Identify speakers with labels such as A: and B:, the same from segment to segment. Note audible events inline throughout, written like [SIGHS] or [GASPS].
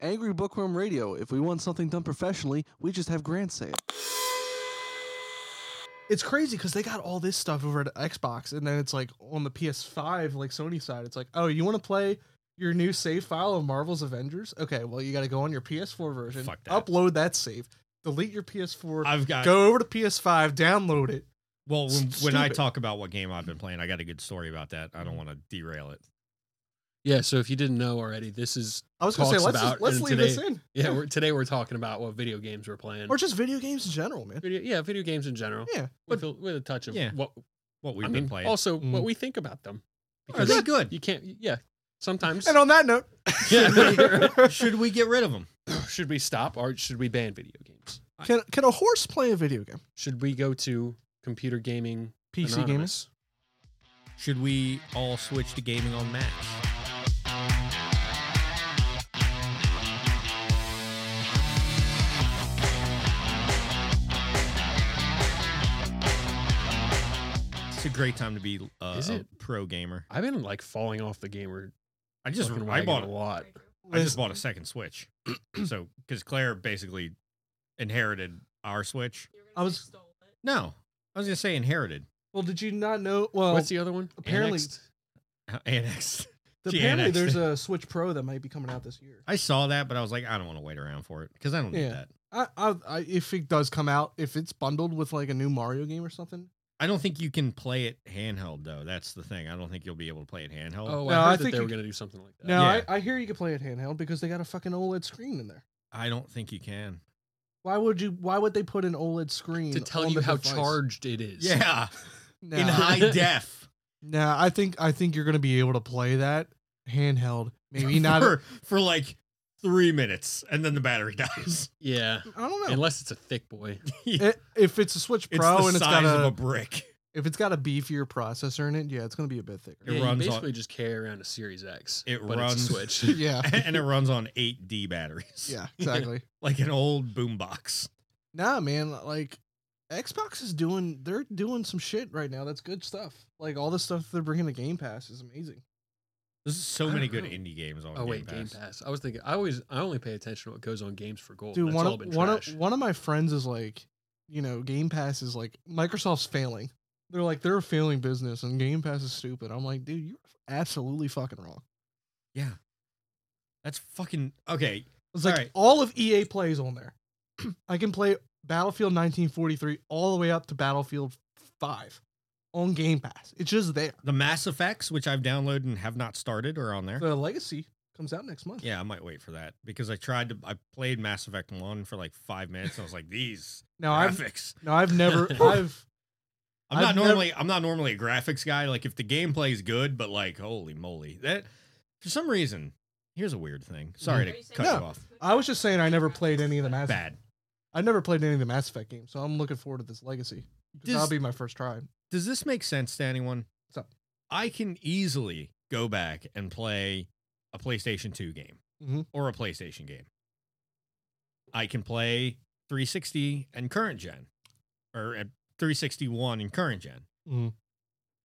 A: Angry Bookworm Radio. If we want something done professionally, we just have Grant say it.
B: It's crazy because they got all this stuff over at Xbox, and then it's like on the PS5, like Sony side, it's like, oh, you want to play your new save file of Marvel's Avengers? Okay, well, you got to go on your PS4 version,
C: Fuck that.
B: upload that save, delete your PS4,
C: I've got
B: go over to PS5, download it.
C: well when,
B: s-
C: when I
B: stupid.
C: talk about what game I've been playing, I got a good story about that. I don't want to derail it.
D: Yeah. So if you didn't know already, this is
B: I was gonna say
D: Talks
B: let's
D: about
B: just, let's
D: in
B: leave this in,
D: yeah. We're, today we're talking about what video games we're playing.
B: or just video games in general, man.
D: video, yeah, video games in general.
B: Yeah,
D: With, a, with a touch of
C: Yeah.
D: what
C: What we've
D: I
C: been
D: mean,
C: playing.
D: also
B: Mm.
D: what we think about them.
C: Are they good? [LAUGHS]
D: You can't. Yeah. Sometimes.
B: And on that note, [LAUGHS]
D: Yeah. [LAUGHS]
C: Should we get rid of them?
D: should we stop or should we ban video games?
B: can can a horse play a video game?
D: Should we go to computer gaming?
B: PC
D: Anonymous?
C: Should we all switch to gaming on Macs? It's a great time to be uh,
D: Is
C: a
D: it?
C: pro gamer.
D: I've been like falling off the gamer.
C: I just
D: fucking
C: I
D: wagon
C: bought
D: a lot.
C: I just bought a second Switch. so because Claire basically inherited our Switch.
B: I was
C: No, I was gonna say inherited. [LAUGHS]
B: well. Did you not know? Well,
D: What's the other one?
B: apparently-
D: Annexed?
C: Annexed. She
B: apparently
C: annexed
B: there's
C: it.
B: a Switch Pro that might be coming out this year.
C: I saw that, but I was like, I don't want to wait around for it because I don't need
B: Yeah.
C: that.
B: I, I, I if it does come out, if it's bundled with like a new Mario game or something,
C: I don't think you can play it handheld though. That's the thing. I don't think you'll be able to play it handheld.
D: Oh,
B: No,
D: I heard
B: I
D: that
B: think
D: they
B: you-
D: were gonna do something like that.
B: No,
C: Yeah.
B: I, I hear you can play it handheld because they got a fucking OLED screen in there.
C: I don't think you can.
B: Why would you? Why would they put an OLED screen
D: to tell
B: on
D: you
B: the
D: how
B: device?
D: charged it is.
B: [LAUGHS]
C: Yeah,
B: No,
C: in high def.
B: [LAUGHS] no, I think I think you're gonna be able to play that handheld. Maybe not.
C: [LAUGHS] for, for like three minutes, and then the battery [LAUGHS] dies.
D: Yeah.
B: I don't
C: [LAUGHS]
B: know.
D: Unless it's a thick boy.
C: it's
B: I- if it's a Switch
C: the
B: Pro
C: size
B: and it's got
C: of
B: a,
C: a brick. [LAUGHS]
B: if it's got a beefier processor in it, yeah, it's gonna be a bit thicker.
C: It
D: yeah,
C: runs
D: you
C: on-
D: basically just carry around a Series X.
C: It
D: but
C: runs-
D: it's
C: [LAUGHS]
D: a
B: [LAUGHS]
D: Switch.
B: yeah,
C: and it runs on eight D batteries. [LAUGHS]
B: yeah, exactly.
C: like an old boombox.
B: Nah, man, like Xbox is doing they're doing some shit right now. That's good stuff. Like all the stuff they're bringing to Game Pass is amazing.
C: There's so
D: I
C: many
D: don't
C: good
D: know.
C: indie games on
D: oh
C: Game,
D: wait,
C: Pass.
D: Game Pass. I was thinking I always I only pay attention to what goes on games for gold.
B: Dude,
D: That's
B: one
D: all
B: of,
D: been
B: one
D: trash.
B: of one of my friends is like, you know, Game Pass is like Microsoft's failing. They're like they're a failing business and Game Pass is stupid. I'm like, dude, you're absolutely fucking wrong.
C: Yeah, that's fucking okay.
B: It's like
C: Alright.
B: all of EA plays on there. [CLEARS THROAT] I can play Battlefield 1943 all the way up to Battlefield 5 on Game Pass. It's just there.
C: The Mass Effects, which I've downloaded and have not started, are on there.
B: The Legacy comes out next month.
C: Yeah, I might wait for that because I tried to. I played Mass Effect One for like five minutes. And I was like, these
B: Now I've
C: graphics.
B: No, I've
C: [LAUGHS]
B: never. I've
C: I'm not
B: I've never-
C: normally. I'm not normally a graphics guy. Like if the gameplay is good, but like holy moly, that for some reason. Here's a weird thing. Sorry to cut
B: No.
C: you off.
B: I was just saying I never played any of the Mass.
C: Bad.
B: I never played any of the Mass Effect games, so I'm looking forward to this Legacy. 'Cause That'll
C: Does-
B: be my first try.
C: Does this make sense to anyone?
B: What's up?
C: I can easily go back and play a PlayStation 2 game
B: Mhm.
C: or a PlayStation game. I can play 360 and current gen or uh, 361 and current general
B: Mhm.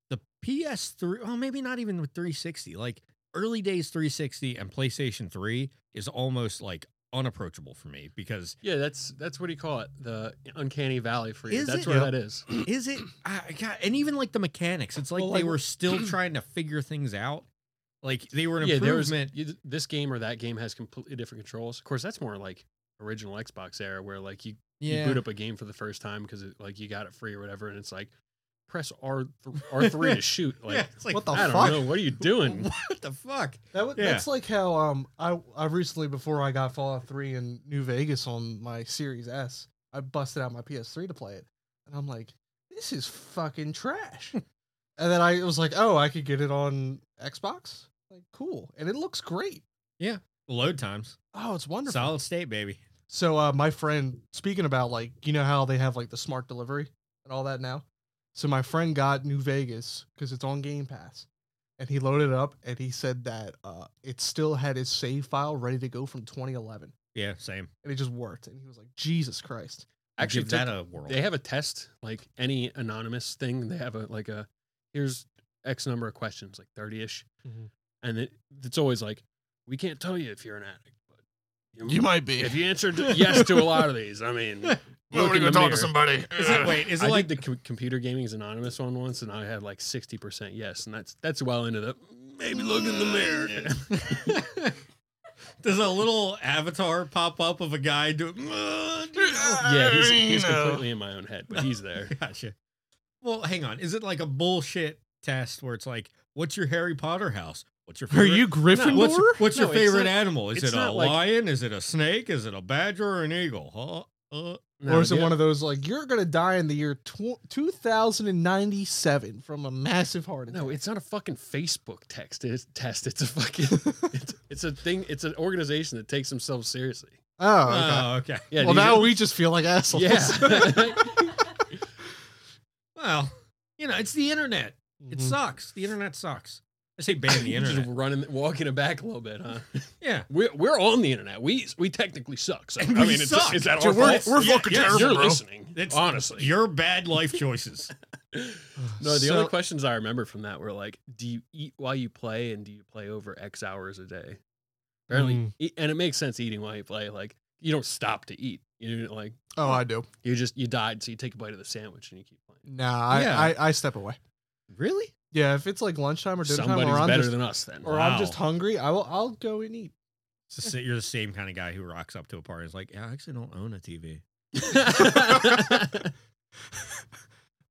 C: The PS3, well, oh, maybe not even with 360, like early days 360 and PlayStation 3 is almost like unapproachable for me because
D: Yeah, that's that's what do you call it? The uncanny valley for you.
C: Is
D: that's
C: it?
D: where
C: Yep.
D: that is.
C: is it I, I got- and even like the mechanics it's like
B: Well,
C: they
B: like-
C: were still trying to figure things out like they were an
D: yeah, there was
C: improvement
D: you- this game or that game has completely different controls. Of course, that's more like original Xbox era where like you, you boot up a game for the first time because like you got it free or whatever, and it's like press R R three to shoot.
C: [LAUGHS]
D: Like
C: yeah, Oh, it's like
B: What the
D: I don't [LAUGHS]
B: fuck?
D: know, what are you doing?
C: what the fuck
B: That would,
C: Yeah.
B: That's like how um I I recently before I got Fallout 3 and New Vegas on my Series S, I busted out my PS3 to play it, and I'm like, this is fucking
C: [LAUGHS]
B: trash. and then I was like, oh, I could get it on Xbox. Like, cool, and it looks great.
C: load times
B: Oh, it's wonderful.
C: solid state baby
B: So uh, my friend, speaking about like you know how they have like the smart delivery and all that now. So my friend got New Vegas because it's on Game Pass, and he loaded it up and he said that uh, it still had his save file ready to go from 2011,
C: yeah same
B: and it just worked. And he was like, "Jesus Christ!"
D: Actually,
C: give that
D: took-
C: a whirl
D: they have a test like any anonymous thing. They have a like a here's X number of questions, like thirty ish,
B: Mhm.
D: and it, it's always like we can't tell you if you're an addict, but
B: You might be.
D: if you answered yes to a lot of these, I mean,
E: Well,
D: look
E: we're
D: in the
E: gonna talk
D: mirror.
E: to somebody.
C: Is it [LAUGHS] wait? Is
D: uh, I
C: it like
D: like the com- computer gaming is anonymous one once, and I had like sixty percent yes, and that's that's well into the maybe look in the mirror.
C: does a little avatar pop up of a guy doing?
D: [LAUGHS] yeah, he's, he's
E: You know.
D: completely in my own head, but he's there.
C: [LAUGHS] Gotcha. Well, hang on. Is it like a bullshit test where it's like, what's your Harry Potter house? What's your
B: Are
C: favorite?
B: you Gryffindor?
C: what's, what's
D: No,
C: your
D: it's
C: favorite
D: not-
C: animal? Is
D: it's
C: it a
D: not like-
C: lion? Is it a snake? Is it a badger or an eagle? Huh? Uh,
D: No,
B: or is it
D: the-
B: one of those like you're gonna die in the year tw- 2097 from a massive heart attack?
D: No, it's not a fucking Facebook text it's, test. It's a fucking it's, it's a thing. It's an organization that takes themselves seriously.
B: Oh, okay.
C: oh, okay.
D: Yeah.
B: well,
D: these
B: now
D: are-
B: we just feel like assholes. [LAUGHS]
D: [LAUGHS]
B: Mm-hmm.
D: yeah.
C: Well, you know, it's the internet.
B: [SIGHS]
C: It
B: Mhm.
C: sucks. The internet sucks. I say
D: [LAUGHS]
C: ban the
D: You're Mm-hmm. just
C: internet.
D: running, walking it back a little bit, huh?
C: Yeah.
D: We're, we're on the internet. We we technically suck. So, I
C: We
D: mean, it's,
C: suck.
D: is that
E: Dude,
D: our
E: we're
D: fault?
E: we're
C: Yeah,
E: fucking
C: yeah,
E: terrible,
D: You're
E: bro.
D: listening,
C: It's
D: honestly.
C: your bad life choices.
D: no, the
B: So-
D: only questions I remember from that were like, do you eat while you play, and do you play over X hours a day? Apparently,
B: Mm.
D: e- and it makes sense eating while you play. Like you don't stop to eat. You know, like
B: Oh, I do.
D: you just you died, so you take a bite of the sandwich and you keep playing.
B: Nah, I,
C: Yeah.
B: I, I step away.
D: [LAUGHS] Really?
B: Yeah, if it's like lunchtime or dinner
D: Somebody's
B: time, or I'm
D: better
B: just
D: than us then.
B: [LAUGHS] or I'm just
C: Wow.
B: hungry, I will. I'll go and eat.
C: It's the sa- you're the same kind of guy who rocks up to a party and is like, yeah, I actually don't own a
D: [LAUGHS]
C: TV.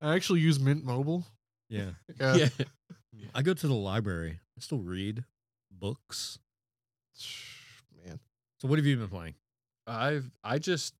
B: I actually use Mint Mobile.
C: Yeah.
B: Yeah.
D: [LAUGHS] yeah.
C: I go to the library. I still read books.
B: [SIGHS] Man,
C: So what have you been playing?
D: I've I just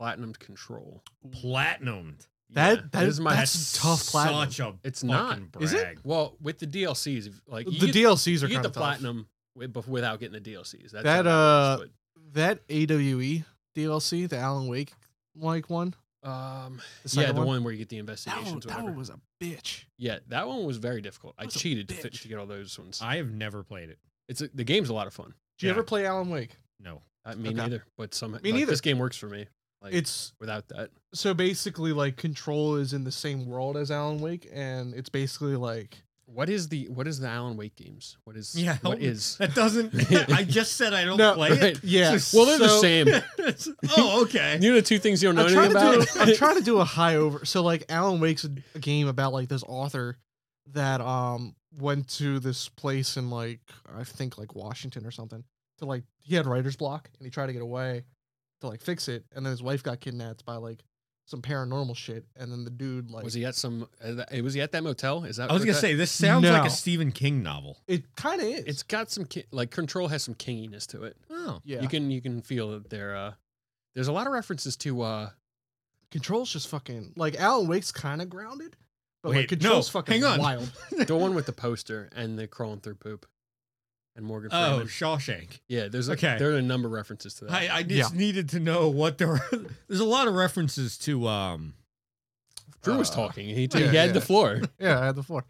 D: platinumed control.
C: Platinumed.
B: that
D: Yeah.
B: that
D: It is my
B: that's, a tough platinum.
C: Such a
D: It's
C: fucking
D: not.
C: brag.
B: Is it?
D: well with the DLCs if- like you
B: the
D: get,
B: DLCs are
D: you
B: kind
D: get the
B: of
D: platinum wi- bef- without getting the DLCs. That's
B: That,
D: how it works,
B: That E AWE DLC, the Alan Wake like one,
D: but, um
B: uh, the
D: yeah
B: second
D: the one?
B: one.
D: where you get the
B: That one,
D: investigations
B: that
D: whatever.
B: one was a bitch.
D: yeah, that one was very difficult. I
B: was a
D: cheated to, fi-
B: bitch.
D: to get all those ones.
C: I have never played it.
D: It's a, the game's a lot of fun.
B: Do you
C: Yeah.
B: ever play Alan Wake?
C: No.
D: I me
B: Okay.
D: neither, but some like,
B: neither.
D: This game works for me. Like
B: It's
D: without that.
B: so basically like Control is in the same world as Alan Wake, and it's basically like
D: What is the what is the Alan Wake games? What is
C: Yeah,
D: what
C: help-
D: is
C: [LAUGHS] That doesn't I just said I don't
B: No,
C: play
D: right.
C: it.
B: yeah.
C: So-
D: Well, they're the
B: So-
D: [LAUGHS] same.
C: [LAUGHS] It's- oh, okay.
D: [LAUGHS] You know the two things you don't know
B: I'm trying,
D: anything
B: to
D: about.
B: do, I'm trying to do a high over. So like Alan Wake's a, a game about like this author that um went to this place in like I think like Washington or something to like he had writer's block and he tried to get away to like fix it and then his wife got kidnapped by like some paranormal shit and then the dude like
D: [LAUGHS] was he at some? uh, that- Was he at that motel? Is that?
C: I was
D: what
C: gonna
D: that-
C: say this sounds like
B: No.
C: a Stephen King novel.
B: it kind of is
D: it's got some ki- like control has some kinginess to it.
C: Oh.
B: yeah
D: You can you can feel that there. Uh, there's a lot of references to. uh
B: controls just fucking like Alan Wake's kind of grounded but
C: Wait,
B: like controls
C: no,
B: fucking
C: hang on.
D: [LAUGHS]
B: wild
D: The one with the poster and the crawling through poop, and Morgan
C: Oh,
D: Freeman.
C: Shawshank.
D: yeah, there's a,
C: okay.
D: There are a number of references to that.
C: I, I just needed to know what there were. [LAUGHS] There's a lot of references to um
D: Drew was
B: Uh,
D: talking. He,
B: yeah,
D: he had
B: yeah.
D: the floor.
B: Yeah, I had the four.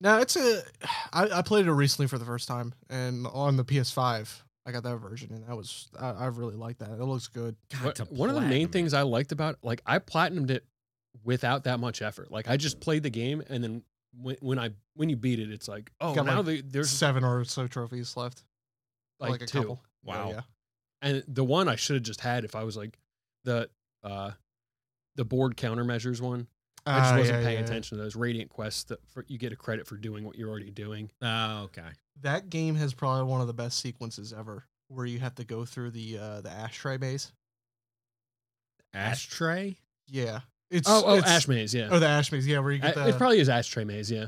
B: Now it's a. [SIGHS] I, I played it recently for the first time, and on the PS5, I got that version, and that was I, I really like that. It looks good.
C: God,
D: What-
C: to
D: one of the main
C: platinum it.
D: things I liked about like I platinumed it without that much effort. Like I just played the game and then when, when I when you beat it, it's like oh
B: got,
D: now
B: like,
D: the, there's
B: Seven or so trophies left,
D: like,
B: a
D: two.
B: couple. So,
C: Wow.
B: yeah.
D: and the one I should have just had if I was like the uh the board countermeasures one. I just
B: Ah,
D: wasn't
B: yeah,
D: paying
B: yeah.
D: attention to those radiant quests that for, you get a credit for doing what you're already doing.
C: Oh, okay.
B: That game has probably one of the best sequences ever, where you have to go through the uh, the ashtray maze.
C: Ashtray?
B: Yeah, it's
D: oh, oh,
B: it's,
D: ash maze, yeah.
B: Oh, the ash maze. Yeah, where you
D: A-
B: get the
D: it probably is ashtray maze, yeah.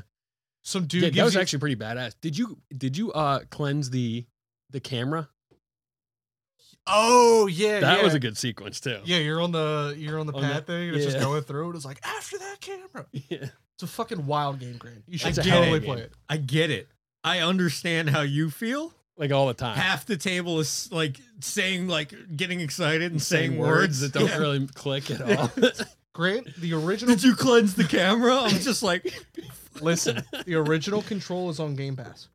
B: some dude.
D: yeah, that
B: gives
D: was
B: you-
D: actually pretty badass. Did you did you uh cleanse the the camera?
B: Oh yeah,
D: that
B: yeah.
D: was a good sequence too.
B: Yeah, you're on the you're on the
D: On
B: pad
D: the-
B: thing, and it's just
D: yeah.
B: going through, and it's like after that camera.
D: [LAUGHS] yeah.
B: It's a fucking wild game, Grant. You should
C: It's a
B: totally
D: hell of a
B: play
D: game.
B: it.
C: I get it. I understand how you feel.
D: like all the time.
C: Half the table is like saying, like getting excited and saying, words.
D: that don't
C: Yeah.
D: really
C: [LAUGHS]
D: click at
C: Yeah.
D: all.
B: Grant, the original
C: [LAUGHS]
D: [LAUGHS]
C: Did you cleanse the camera? I'm just like,
B: listen, the original Control is on Game Pass.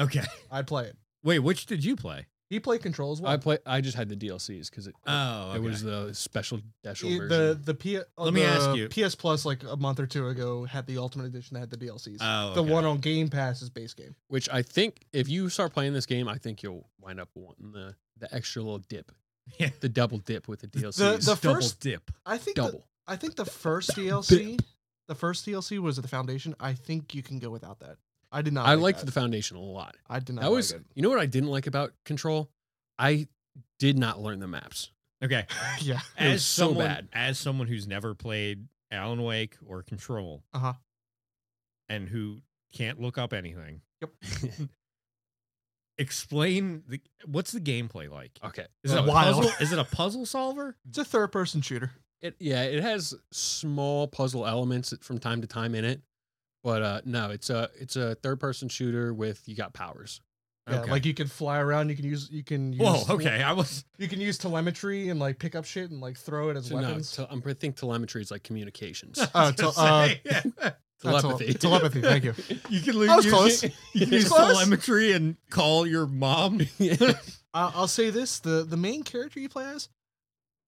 C: okay.
B: I play it.
C: Wait, which did you play?
B: He played Control as well.
D: I play. I just had the DLCs because it,
C: Oh,
D: it was the special special
B: It-
D: version.
B: the the P, uh,
C: Let me
B: the
C: ask you.
B: PS Plus like a month or two ago had the Ultimate Edition that had the DLCs.
C: oh,
B: The
C: okay.
B: one on Game Pass is base game.
D: which I think if you start playing this game, I think you'll wind up wanting the the extra little dip,
C: Yeah.
D: the double dip with the DLC.
B: The-
D: is
B: the
D: double,
B: first-
C: dip.
B: I think the,
D: double.
B: I think the first DLC, the first DLC was the Foundation. I think you can go without that. I
C: Oh,
B: did not.
D: I
B: like
D: liked
B: that.
D: the foundation a lot.
B: I did not.
D: That was
B: like
D: you know what I didn't like about Control. I did not learn the maps.
C: Okay.
B: [LAUGHS] it. [LAUGHS] yeah.
D: It was
C: As
D: so
C: someone,
D: bad.
C: as someone who's never played Alan Wake or Control,
B: Uh-huh.
C: and who can't look up anything.
B: Yep.
C: [LAUGHS] Explain the what's the gameplay like?
D: Okay.
C: Is it a
B: Wild.
C: puzzle?
B: [LAUGHS]
C: Is it a puzzle solver?
B: It's a third-person shooter.
D: It yeah, it has small puzzle elements from time to time in it. But uh no, it's a it's a third person shooter with you got powers.
B: Yeah,
C: Okay.
B: like you can fly around. You can use. You can. Use,
C: Whoa, okay. I was
B: You can use telemetry and like pick up shit and like throw it as
D: So
B: [LAUGHS]
D: no,
B: weapons.
D: te- I'm I think telemetry is
B: [LAUGHS]
D: like communications.
B: Uh,
C: gonna
B: te-
C: [LAUGHS]
B: uh,
C: say,
B: Uh, tele-
D: telepathy. [LAUGHS]
B: telepathy, thank
C: [LAUGHS]
B: you.
C: you can leave,
B: I was
C: you
B: close.
C: can- [LAUGHS] you can use
B: Close.
C: telemetry and call
B: [LAUGHS]
C: your mom.
B: I Uh, I'll say this: the the main character you play as,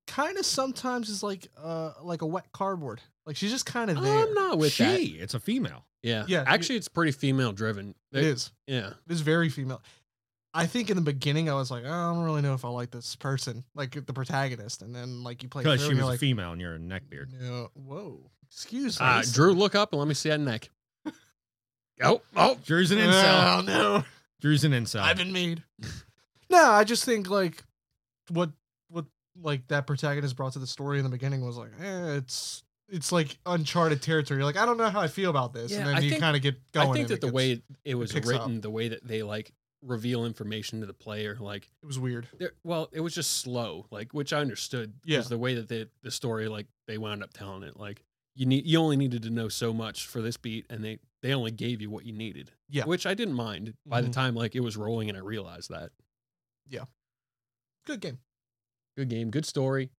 B: kind of sometimes is like uh like a wet cardboard. Like she's just kind of there.
D: I'm not with
C: she,
D: that.
C: it's a female.
D: Yeah.
B: Yeah,
D: Actually, it's pretty female driven.
B: it is.
D: Yeah.
B: It is very female. I think in the beginning I was like, I don't really know if I like this person, like the protagonist, and then like you play through
C: Because she
B: and
C: was
B: you're
C: a
B: like,
C: female and you're a neckbeard.
B: No, whoa, excuse me,
D: Uh, Drew, look up and let me see
B: [LAUGHS]
D: that neck. oh, oh.
C: Drew's an incel.
B: Oh no,
C: Drew's an incel.
B: I've been [LAUGHS] made. no, I just think like what what like that protagonist brought to the story in the beginning was like, eh, it's it's like uncharted territory. You're like, I don't know how I feel about this,
D: Yeah,
B: and then
D: I
B: you
D: think-
B: kind of get going.
D: I think
B: and
D: that
B: it
D: the
B: gets-
D: way it, it was
B: picks
D: written, the way that they like reveal information to the player, like,
B: it was weird.
D: they're- well, it was just slow, like, which I understood. 'cause
B: Yeah.
D: The way that they, the story, like, they wound up telling it, like, you need, you only needed to know so much for this beat, and they, they only gave you what you needed.
B: Yeah.
D: Which I didn't mind by the
B: Mhm.
D: time, like, it was rolling and I realized that.
B: Good game.
D: good game, good story.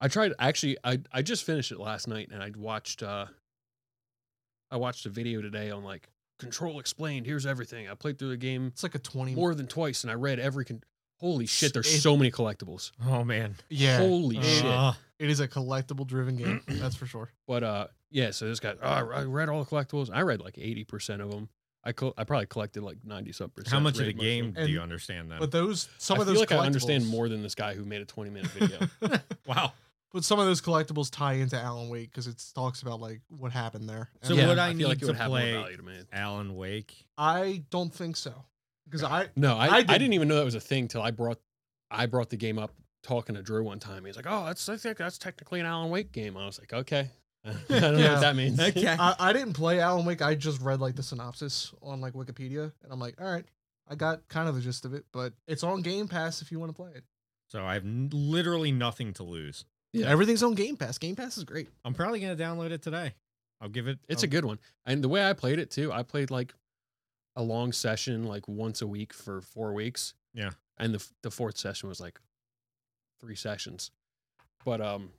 D: I tried actually I I just finished it last night and I watched uh I watched a video today on like control explained, here's everything. I played through the game
B: It's like a twenty.
D: more than twice and I read every con- Holy shit, there's
B: It-
D: so many collectibles.
C: oh man.
B: yeah,
D: Holy
B: Uh,
D: shit.
C: Ah.
B: it is a collectible driven game. that's for sure.
D: But uh yeah, so this guy oh, I I read all the collectibles. I read like 80% of them. I col- I probably collected like 90 something percent.
C: How much of
D: read
C: the
D: most them.
C: game do
B: And-
C: you understand then?
B: But those some
D: I
B: of
D: feel
B: those
D: like I understand
B: collectibles-
D: more than this guy who made a 20 minute
B: [LAUGHS]
D: video.
C: wow.
B: but some of those collectibles tie into Alan Wake because it talks about like what happened there.
C: So
B: And
C: what I
D: feel like
C: need
D: it would
C: to
D: have more
C: play-
D: value to me.
C: Alan Wake.
B: I don't think so because I
D: No, I,
B: I
D: I, didn't.
B: didn't.
D: even know that was a thing till I brought I brought the game up talking to Drew one time. He's like, "Oh, that's I think that's technically an Alan Wake game." I was like, "Okay, [LAUGHS] I don't know
B: Yeah.
D: what that
C: [LAUGHS]
D: means."
B: I, I didn't play Alan Wake. I just read like the synopsis on like Wikipedia, and I'm like, all right, I got kind of the gist of it. But it's on Game Pass if you want to play it.
C: So I have n- literally nothing to lose.
D: Yeah.
B: Everything's on Game Pass. Game Pass is great.
C: I'm probably gonna download it today. I'll give it.
D: It's a good one. And the way I played it too, I played like a long session, like once a week for four weeks.
C: Yeah.
D: And the f- the fourth session was like three sessions, but um,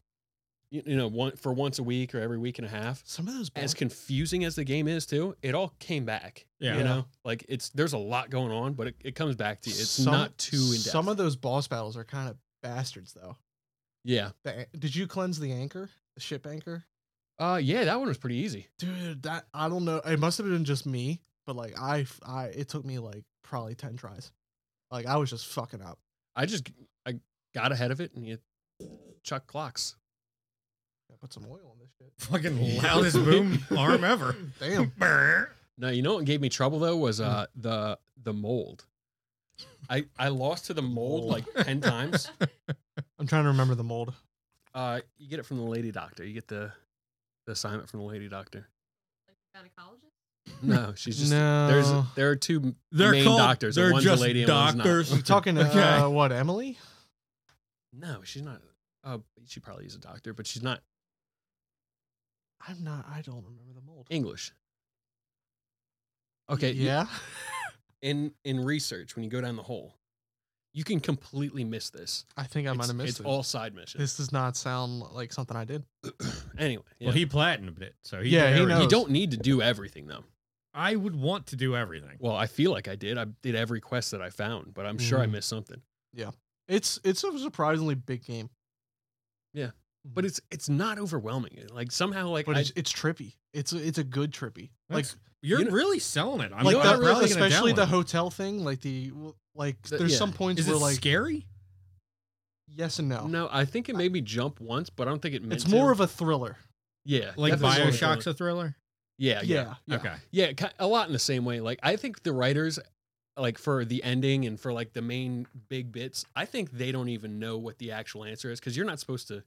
D: you, you know, one for once a week or every week and a half.
B: Some of those
D: as
B: bosses-
D: confusing as the game is too, it all came back.
C: Yeah.
D: You know, like it's there's a lot going on, but it, it comes back to you. It's
B: some-
D: not too in depth.
B: Some of those boss battles are kind of bastards though.
D: yeah.
B: The, an- did you cleanse the anchor, the ship anchor?
D: Uh yeah, that one was pretty easy.
B: dude that i don't know it must have been just me but like i f- I- it took me like probably 10 tries like i was just fucking up
D: I just I got ahead of it and you chuck clocks.
B: I put some oil on this shit
C: fucking loudest boom arm ever.
B: [LAUGHS]
C: [LAUGHS]
B: damn
C: Brr.
D: No, you know what gave me trouble though was uh the the mold. I I lost to the mold like ten times.
B: i'm trying to remember the mold
D: Uh you get it from the lady doctor. You get the the assignment from the lady doctor.
E: like gynecologist.
D: No, she's just
B: no
D: there's there are two
C: They're
D: main
C: called-
D: doctors. and
C: they're
D: one's
C: just
D: a lady and one's not.
C: doctors.
B: you talking
D: [LAUGHS]
B: to
C: Okay.
B: uh, what emily
D: No, she's not. Oh, she probably is a doctor, but she's not
B: i'm not i don't remember the mold
D: English. Okay, you-
B: yeah [LAUGHS]
D: In in research, when you go down the hole, you can completely miss this.
B: i think i
D: It's-
B: might have missed
D: It's
B: it
D: all side missions.
B: this does not sound like something i did
D: anyway, yeah.
C: Well, he platinumed it, so he
B: Yeah,
C: did
B: he
C: everything.
B: knows.
D: you don't need to do everything though.
C: I would want to do everything.
D: Well, I feel like I did. I did every quest that I found, but I'm sure I
B: Mhm.
D: missed something.
B: it's it's a surprisingly big game
D: but it's it's not overwhelming. It- Like somehow, like
B: Mm-hmm. But
D: I,
B: it's, it's trippy. It's a, it's a good trippy. Like
C: That's- You're
D: you know-
C: really selling it. I'm
B: like
D: know
B: that,
D: I'm
C: probably gonna
B: especially the
C: download it.
B: hotel thing. Like the like.
D: The-
B: There's
D: yeah.
B: some points
C: Is it
B: where like
C: scary?
B: yes and no.
D: no, I think it made me jump once, but I don't think it meant.
B: oh. it's more
D: to.
B: of a thriller.
D: yeah,
C: Like
D: definitely more of a-
C: Bioshock's a thriller?
D: Yeah, yeah,
B: Yeah. yeah.
C: Okay.
D: Yeah, ki- a lot in the same way. Like I think the writers, like for the ending and for like the main big bits, I think they don't even know what the actual answer is because you're not supposed to.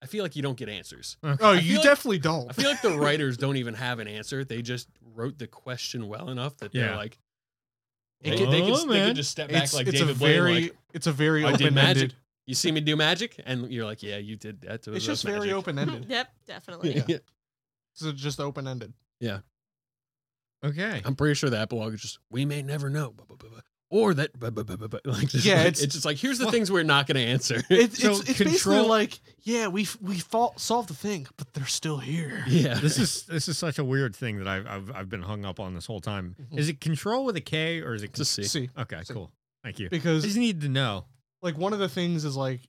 D: I feel like you don't get answers.
B: Oh,
D: I
B: you
D: feel like-
B: definitely don't.
D: I feel like the writers don't even have an answer. They just wrote the question well enough that they're
C: Yeah.
D: like,
C: It
D: they, could, they,
C: could-
D: could,
C: Oh,
D: they
C: man.
D: could just step back
B: it's,
D: like
B: it's
D: David
B: a
D: Blaine,
B: very
D: like,
B: it's a very
D: I did
B: open
D: magic.
B: ended.
D: You see me do magic, and you're like, yeah, you did that. To
B: It's just very
D: [LAUGHS]
B: open ended.
E: yep, definitely.
B: So just open ended.
C: Okay.
D: I'm pretty sure that blog is just we may never know, blah, blah, blah, blah, or that blah, blah, blah, blah, blah. like just
B: Yeah,
D: like- it's,
B: it's-
D: just like here's the things we're not going to answer.
B: It's
C: So
B: it's, it's basically
C: control-
B: like yeah we f- we fol- solved the thing but they're still here.
D: [LAUGHS] yeah,
C: this is this is such a weird thing that I've I've, I've been hung up on this whole time.
B: Mhm.
C: Is it control with a K or is it?
D: to see.
B: See
C: con- okay,
B: see.
C: cool. Thank you. I
B: because
C: just need to know.
B: like one of the things is like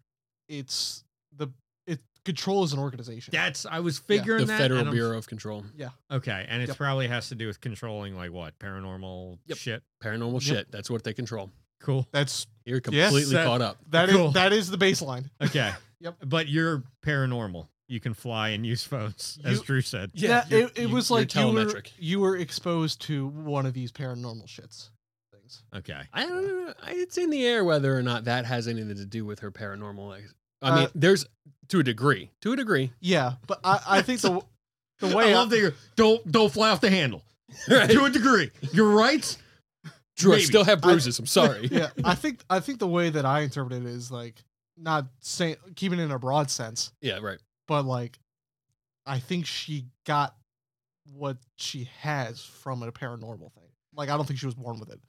B: it's the it control is an organization.
C: That's I was figuring
D: The
C: that.
D: Federal
C: and I'm-
D: Bureau of Control,
C: Okay, and it
B: Yep.
C: probably has to do with controlling like what paranormal
D: Yep.
C: shit.
D: paranormal
B: Yep.
D: shit. That's what they control.
C: Cool.
B: That's
D: You're
B: Yes,
D: completely
C: that-
D: caught up.
B: that is
C: Cool.
B: that is the baseline.
C: Okay.
B: Yep.
C: But you're paranormal. You can fly and use phones, as
B: You-
C: Drew said.
B: Yeah,
D: you're-
B: it, it
D: you-
B: was
D: you're
B: like you were,
D: telemetric.
B: you were exposed to one of these paranormal shits things.
C: Okay.
D: I don't know. I- It's in the air whether or not that has anything to do with her paranormal. ex- I mean,
B: Uh,
D: there's to a degree. To a
B: [LAUGHS]
D: degree.
B: Yeah, but I, I think the the way
C: I love that you're don't don't fly off the handle
D: Right?
C: to a degree. You're right.
D: Drew, I
C: maybe.
D: still
B: [LAUGHS]
D: have bruises. I'm sorry.
B: yeah, I think I think the way that I interpret it is like not saying keeping it in a broad sense,
D: yeah, right.
B: but like I think she got what she has from a paranormal thing. Like I don't think she was born with it.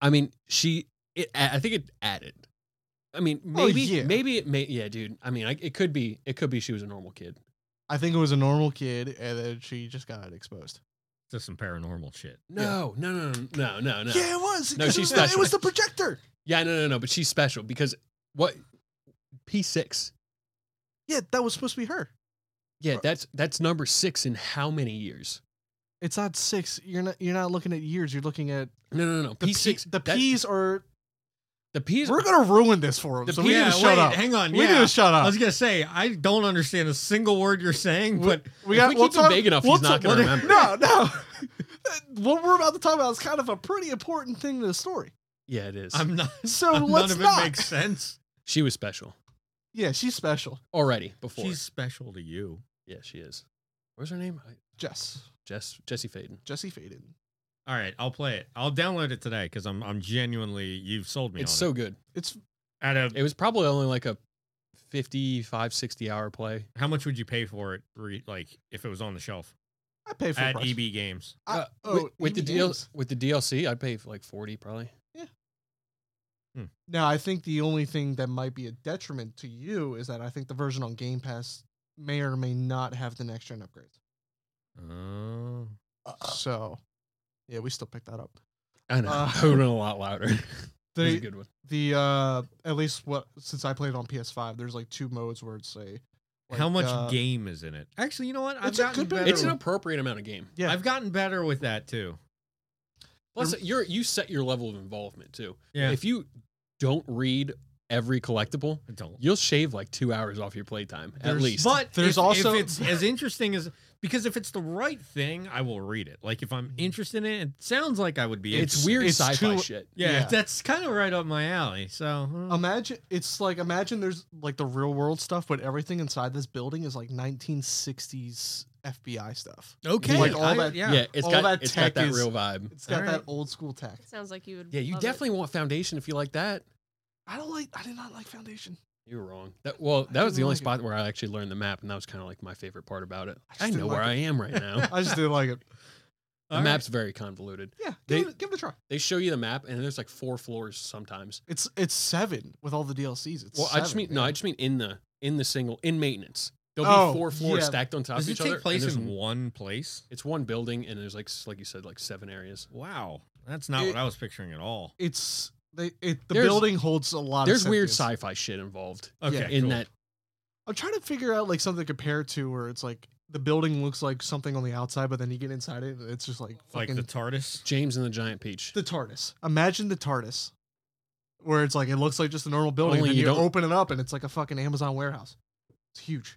D: I mean, she. It. a- I think it added. I mean,
B: Oh,
D: maybe,
B: yeah.
D: maybe it may. Yeah, dude. I mean, I, it could be. It could be she was a normal kid.
B: I think it was a normal kid, and then she just got exposed.
C: To some paranormal shit.
D: No, no, no, no, no, no.
B: Yeah, it was.
D: No,
B: It
D: she's
B: was the- It
D: special.
B: was the projector.
D: yeah, no, no, no. But she's special because what? P six.
B: Yeah, that was supposed to be her.
D: Yeah,
B: Right.
D: that's that's number six in how many years?
B: It's not six. You're not. You're not looking at years. You're looking at
D: No, no, no, no.
B: the
D: P six.
B: P, the P's are.
D: The P's.
B: We're gonna ruin this for him.
D: The
B: So
D: P-
B: we
D: yeah,
B: need to shut
C: wait,
B: up.
C: Hang on.
B: We
C: yeah.
B: need to shut
C: I
B: up.
C: was gonna say I don't understand a single word you're saying,
B: We-
C: but
B: we
D: if
B: got.
D: we
B: we'll
D: keep him
B: talk-
D: big enough,
B: we'll
D: he's not
B: talk-
D: gonna
B: [LAUGHS]
D: remember.
B: No, no. what we're about to talk about is kind of a pretty important thing to the story.
D: yeah, it is.
C: I'm not.
B: So
C: Uh, none
B: let's
C: of
B: not.
C: it makes sense.
D: she was special
B: Yeah, she's special.
D: already before.
C: She's special to you.
D: yeah, she is. What's her name? I-
B: Jess,
D: Jess Jesse Faden.
B: Jesse Faden.
C: All right, I'll play it. I'll download it today because I'm I'm genuinely you've sold me.
D: It's
C: on
D: so
C: it.
D: good.
B: It's
C: Out of
D: It was probably only like a 55, 60 hour play.
C: how much would you pay for it? Re, like if it was on the shelf
B: I pay for the
C: at E
B: price.
C: EB Games.
B: I-
D: Uh,
B: oh,
D: with, with the
B: EB
D: deal
B: Games.
D: with the DLC, I'd pay for like forty probably.
B: Now, I think the only thing that might be a detriment to you is that I think the version on Game Pass may or may not have the next gen upgrades.
C: Oh,
B: So, yeah, we still pick that up.
D: I know. [LAUGHS]
B: Uh,
D: I would've been a
B: [LAUGHS]
D: lot louder. It was a
B: The
D: good one.
B: the uh at least what since I played on PS5, there's like two modes where it's a like,
C: how much
B: uh,
C: game is in it? Actually, you know what? I've
B: It's a
C: gotten
B: good bit of
C: better.
D: It's an
C: with,
D: appropriate amount of game.
B: yeah.
C: I've gotten better with that too.
D: Plus, you're you set your level of involvement too.
C: Yeah,
D: If you don't read every collectible,
C: I don't.
D: you'll shave like two hours off your playtime at
B: There's-
D: least.
C: But
B: There's
C: if,
B: also-
C: if it's as interesting as because if it's the right thing, I will read it. Like if I'm
B: Mm.
C: interested in it, it sounds like I would be.
D: it's,
C: interested.
D: weird
B: it's
D: sci-fi
B: too-
D: shit.
C: Yeah,
B: Yeah. Um,
C: that's kind of right up my alley. So uh,
B: Imagine it's like imagine there's like the real world stuff, but everything inside this building is like 1960s FBI stuff.
C: okay,
B: like all
C: I-
B: that-
D: Yeah,
C: Yeah,
D: it's
B: All
D: got
B: that
D: it's got
B: tech
D: that
B: is-
D: real vibe.
B: It's got
C: All
B: that
C: right.
B: old school tech.
E: It sounds like you would.
D: Yeah, you
E: love it. [LAUGHS]
D: definitely want Foundation if you like that.
B: I don't like. I did not like Foundation.
D: You're wrong. That well, that
B: I
D: was the
B: didn't
D: only
B: like it.
D: spot where I actually learned the map, and that was kind of like my favorite part about it.
B: just
D: I, know
B: didn't
D: where
B: like
D: I am right now.
B: I just didn't like it.
D: the
C: All right.
D: map's very convoluted.
B: [LAUGHS] Yeah, give,
D: They-
B: it, a- give it a try.
D: They show you the map, and there's like four floors sometimes.
B: It's it's seven with all the DLCs. It's
D: Well, I just
B: seven,
D: mean no,
B: man.
D: I just mean in the in the single in maintenance. There'll
B: Oh,
D: be four floors
B: yeah.
D: stacked on top
C: Does it
D: of each
C: take
D: other. and
C: place
D: there's-
C: in one place?
D: It's one building, and there's like s- like you said, like seven areas.
C: Wow, that's not
B: It-
C: what I was picturing at all.
B: it's They it, the
D: There's-
B: building holds a lot.
D: There's
B: of
D: weird
B: sentience.
D: sci-fi shit involved
C: Okay,
B: Yeah,
D: in
C: cool.
D: that.
B: I'm trying to figure out like something to compare it to where it's like the building looks like something on the outside, but then you get inside it, and it's just like
C: like
B: fucking
C: the TARDIS.
D: James and the Giant Peach.
B: the TARDIS. Imagine the TARDIS, where it's like it looks like just a normal building,
D: Only
B: and then
D: you
B: you,
D: don't-
B: open it up and it's like a fucking Amazon warehouse. It's huge.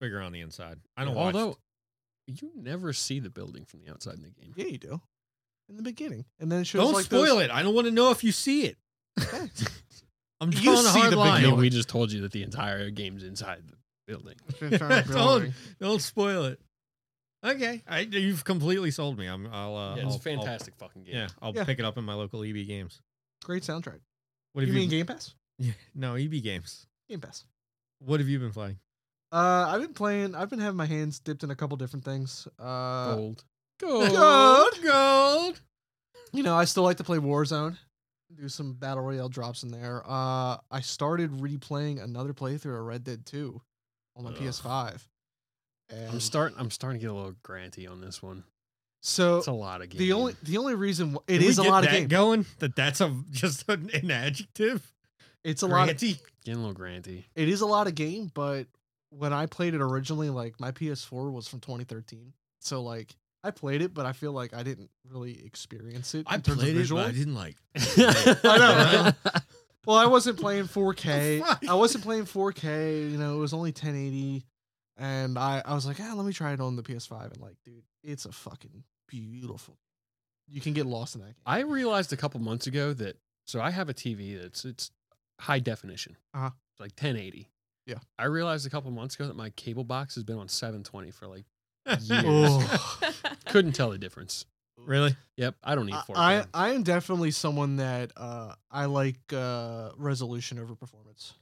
C: Bigger on the inside. I don't. watch.
D: Although you never see the building from the outside in the game.
B: Yeah, you do. In the beginning, and then it shows
C: don't
B: like
C: spoil it. I don't want to know if you see it.
B: [LAUGHS]
C: I'm
B: You
C: drawing a
B: see
C: hard
B: the big
D: I
C: line.
D: mean,
B: building.
D: we just told you that the entire game's inside the building.
C: don't, don't spoil it. Okay, I, you've completely sold me. I'm. I'll. Uh,
D: yeah, it's
C: I'll-
D: a fantastic fucking
C: I'll,
D: game.
C: yeah, I'll
B: Yeah.
C: pick it up in my local EB games.
B: Great soundtrack.
C: What
B: You,
C: have you?
B: mean Game Pass?
C: Yeah, [LAUGHS] no EB games.
B: Game Pass.
C: What have you been playing?
B: Uh, I've been playing. I've been having my hands dipped in a couple different things. Uh,
D: [LAUGHS] Gold.
B: Gold.
C: gold.
B: you know, I still like to play Warzone. Do some battle royale drops in there. Uh, I started replaying another playthrough of Red Dead Two on my
D: Ugh.
B: PS5. And
D: I'm starting. I'm starting to get a little granty on this one.
B: so
D: It's a lot of games.
B: the only the only reason wh-
C: Did
B: it
C: we
B: is a
C: get
B: lot of
C: that
B: game.
C: going. That that's a [LAUGHS] just an, an adjective.
B: It's a lot. Of,
C: Granty.
D: getting a little [LAUGHS] granty.
B: it is a lot of game, but when I played it originally, like my PS4 was from 2013, so like I played it, but I feel like I didn't really experience it. in terms of visual. [LAUGHS]
C: didn't like.
D: [LAUGHS]
C: [LAUGHS]
B: know, Well, I wasn't playing 4K.
C: Fuck.
B: I wasn't playing 4K. You know, it was only 1080, and I I was like, ah, let me try it on the PS5. And like, dude, it's a fucking beautiful. You can get lost in that game.
D: I realized a couple months ago that so I have a TV that's it's high definition,
B: Uh-huh.
D: It's like 1080.
B: Yeah.
D: I realized a couple months ago that my cable box has been on 720 for like
B: [LAUGHS] Oh.
D: couldn't tell the difference.
C: really?
D: Yep, I don't need
B: I,
D: 4K.
B: I I am definitely someone that uh I like uh resolution over performance.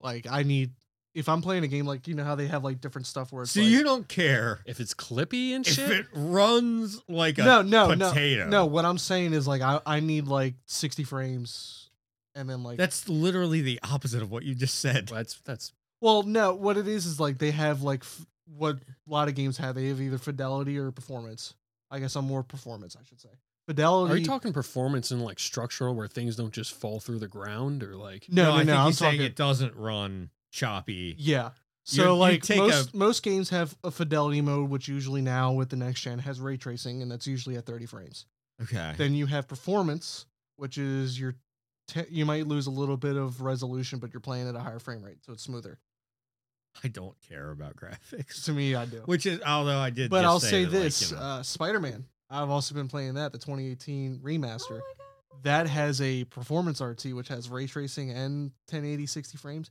B: Like I need if I'm playing a game like you know how they have like different stuff where it's
C: So
B: like,
C: you don't care
D: if it's clippy and
C: if
D: shit,
C: it runs like a
B: no no no
C: potato.
B: no what I'm saying is like I I need like 60 frames and then like
C: That's literally the opposite of what you just said.
D: well, that's that's
B: Well, no, what it is is like they have like f- what a lot of games have. They have either fidelity or performance. I guess I'm more performance, I should say. Fidelity.
D: are you talking performance and like structural where things don't just fall through the ground or like
B: No, no, no.
C: I think
B: I'm
C: he's
B: talking.
C: saying it doesn't run choppy.
B: yeah. So
C: You're- you
B: like
C: take
B: most most games have a fidelity mode, which usually now with the next gen has ray tracing, and that's usually at 30 frames.
C: Okay.
B: Then you have performance, which is your te- you might lose a little bit of resolution, but you're playing at a higher frame rate, so it's smoother. [LAUGHS]
C: I don't care about graphics.
B: To me, I do.
C: Which is although I did
B: But
C: just
B: I'll say,
C: that, like,
B: this:
C: you know,
B: uh, Spider-Man. I've also been playing that, the 2018
E: Oh my
B: remaster.
E: God.
B: That has a performance RT, which has ray tracing and 1080 60 frames.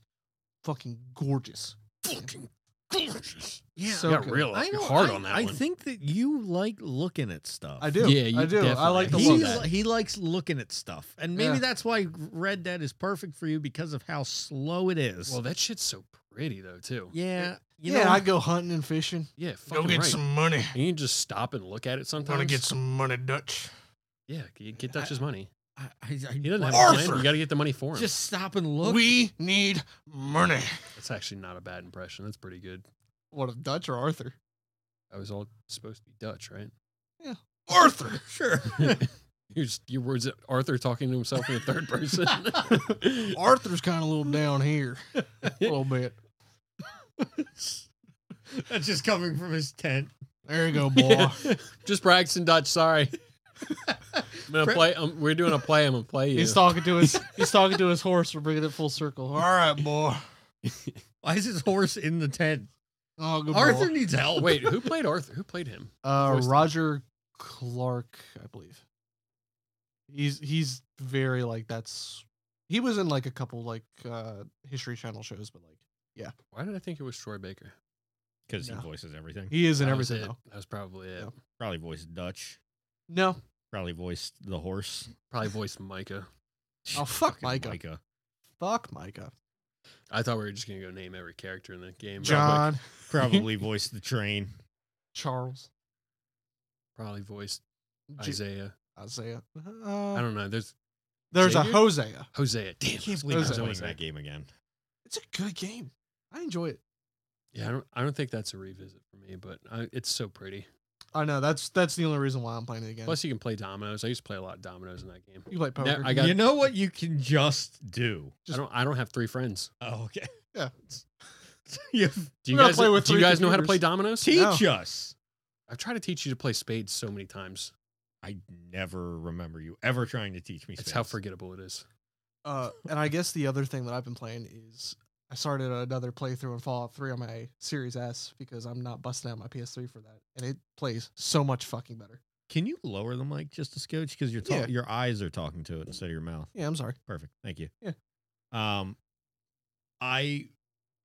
B: Fucking gorgeous.
D: fucking gorgeous.
C: [LAUGHS] yeah.
B: uh, so
D: got
B: good.
D: real
C: I know,
D: hard
C: I,
D: on that
C: I
D: one.
C: think that you like looking at stuff.
B: I do.
D: Yeah, you
B: I do. I
D: definitely-
B: like the
D: I
C: He,
B: look.
D: love that.
C: he likes looking at stuff. And maybe
B: Yeah.
C: that's why Red Dead is perfect for you because of how slow it is.
D: Well, that shit's so pretty though too.
C: yeah. You
B: yeah,
C: know,
B: I go hunting and fishing.
D: Yeah, fucking right.
B: money.
D: You can just stop and look at it sometimes.
B: some money, Dutch.
D: Yeah, you get Dutch's money.
C: I, I, I
D: He doesn't have a
B: Arthur!
D: plan. You got to get the money for him.
C: just stop and look.
B: We need money.
D: That's actually not a bad impression. That's pretty good.
B: What of Dutch or Arthur?
D: I was all supposed to be Dutch, right?
B: Arthur.
C: sure. [LAUGHS]
D: You just you were is it Arthur talking to himself in the
C: [LAUGHS]
D: third person. [LAUGHS]
B: Arthur's kind of a little down here, a little
D: [LAUGHS]
B: bit.
C: That's just coming from his tent.
B: There you go, boy.
D: Yeah. Just practicing
C: [LAUGHS]
D: Dutch. Sorry. I'm gonna
C: Pre-
D: play. Um, we're doing a play. I'm gonna play you.
B: He's talking to his he's talking to his horse. We're bringing it full circle. All right, boy.
C: Why is his horse in the tent?
B: Oh, good
C: Arthur
B: boy.
C: needs help.
D: Wait, who played Arthur? Who played him?
B: Uh,
D: voiced it.
B: Roger Clark, I believe. He's he's very like that's he was in like a couple like uh History Channel shows, but like
D: Why did I think it was Troy Baker?
C: Because
B: No.
C: he voices everything. He
B: he is in
D: That was
B: everything.
D: it.
B: Though.
D: That was probably it.
B: Yeah.
C: probably voiced Dutch.
B: No,
C: Probably voiced the horse.
D: Probably voiced Micah.
B: Oh,
C: [LAUGHS]
B: fuck
C: Fucking
B: Micah. fuck Micah.
D: I thought we were just gonna go name every character in the game.
B: John,
C: Probably voiced the train.
B: Charles,
D: Probably, probably voiced
B: J-
D: Isaiah.
B: Isaiah.
D: I
B: Uh,
D: don't know. There's
B: there's a
D: Xavier?
B: Hosea.
D: Hosea. Damn.
C: Can't believe I'm
B: Those are-
C: playing that game again.
B: It's a good game. I enjoy it.
D: Yeah, I don't. I don't think that's a revisit for me, but I, it's so pretty.
B: I know that's that's the only reason why I'm playing it again.
D: Plus, you can play dominoes. I used to play a lot of dominoes in that game.
B: you play poker.
D: I got-
C: you know what you can just do?
D: I don't. I don't have three friends.
C: Oh, okay.
B: Yeah.
C: [LAUGHS] You-
B: [LAUGHS]
D: Do
B: We're
D: you
B: gonna
D: guys?
B: play with
D: do you
B: three
D: guys know how to play
B: computers.
D: dominoes?
C: teach us.
D: I've tried to teach you to play spades so many times.
C: I never remember you ever trying to teach me.
D: It's how
C: spades.
D: forgettable it is.
B: Uh, and I guess the other thing that I've been playing is I started another playthrough in Fallout 3 on my Series S because I'm not busting out my PS3 for that, and it plays so much fucking better.
C: Can you lower the mic just a scotch because your ta-
B: Yeah.
C: your eyes are talking to it instead of your mouth?
B: Yeah, I'm sorry.
C: Perfect. Thank you.
B: Yeah.
C: Um, I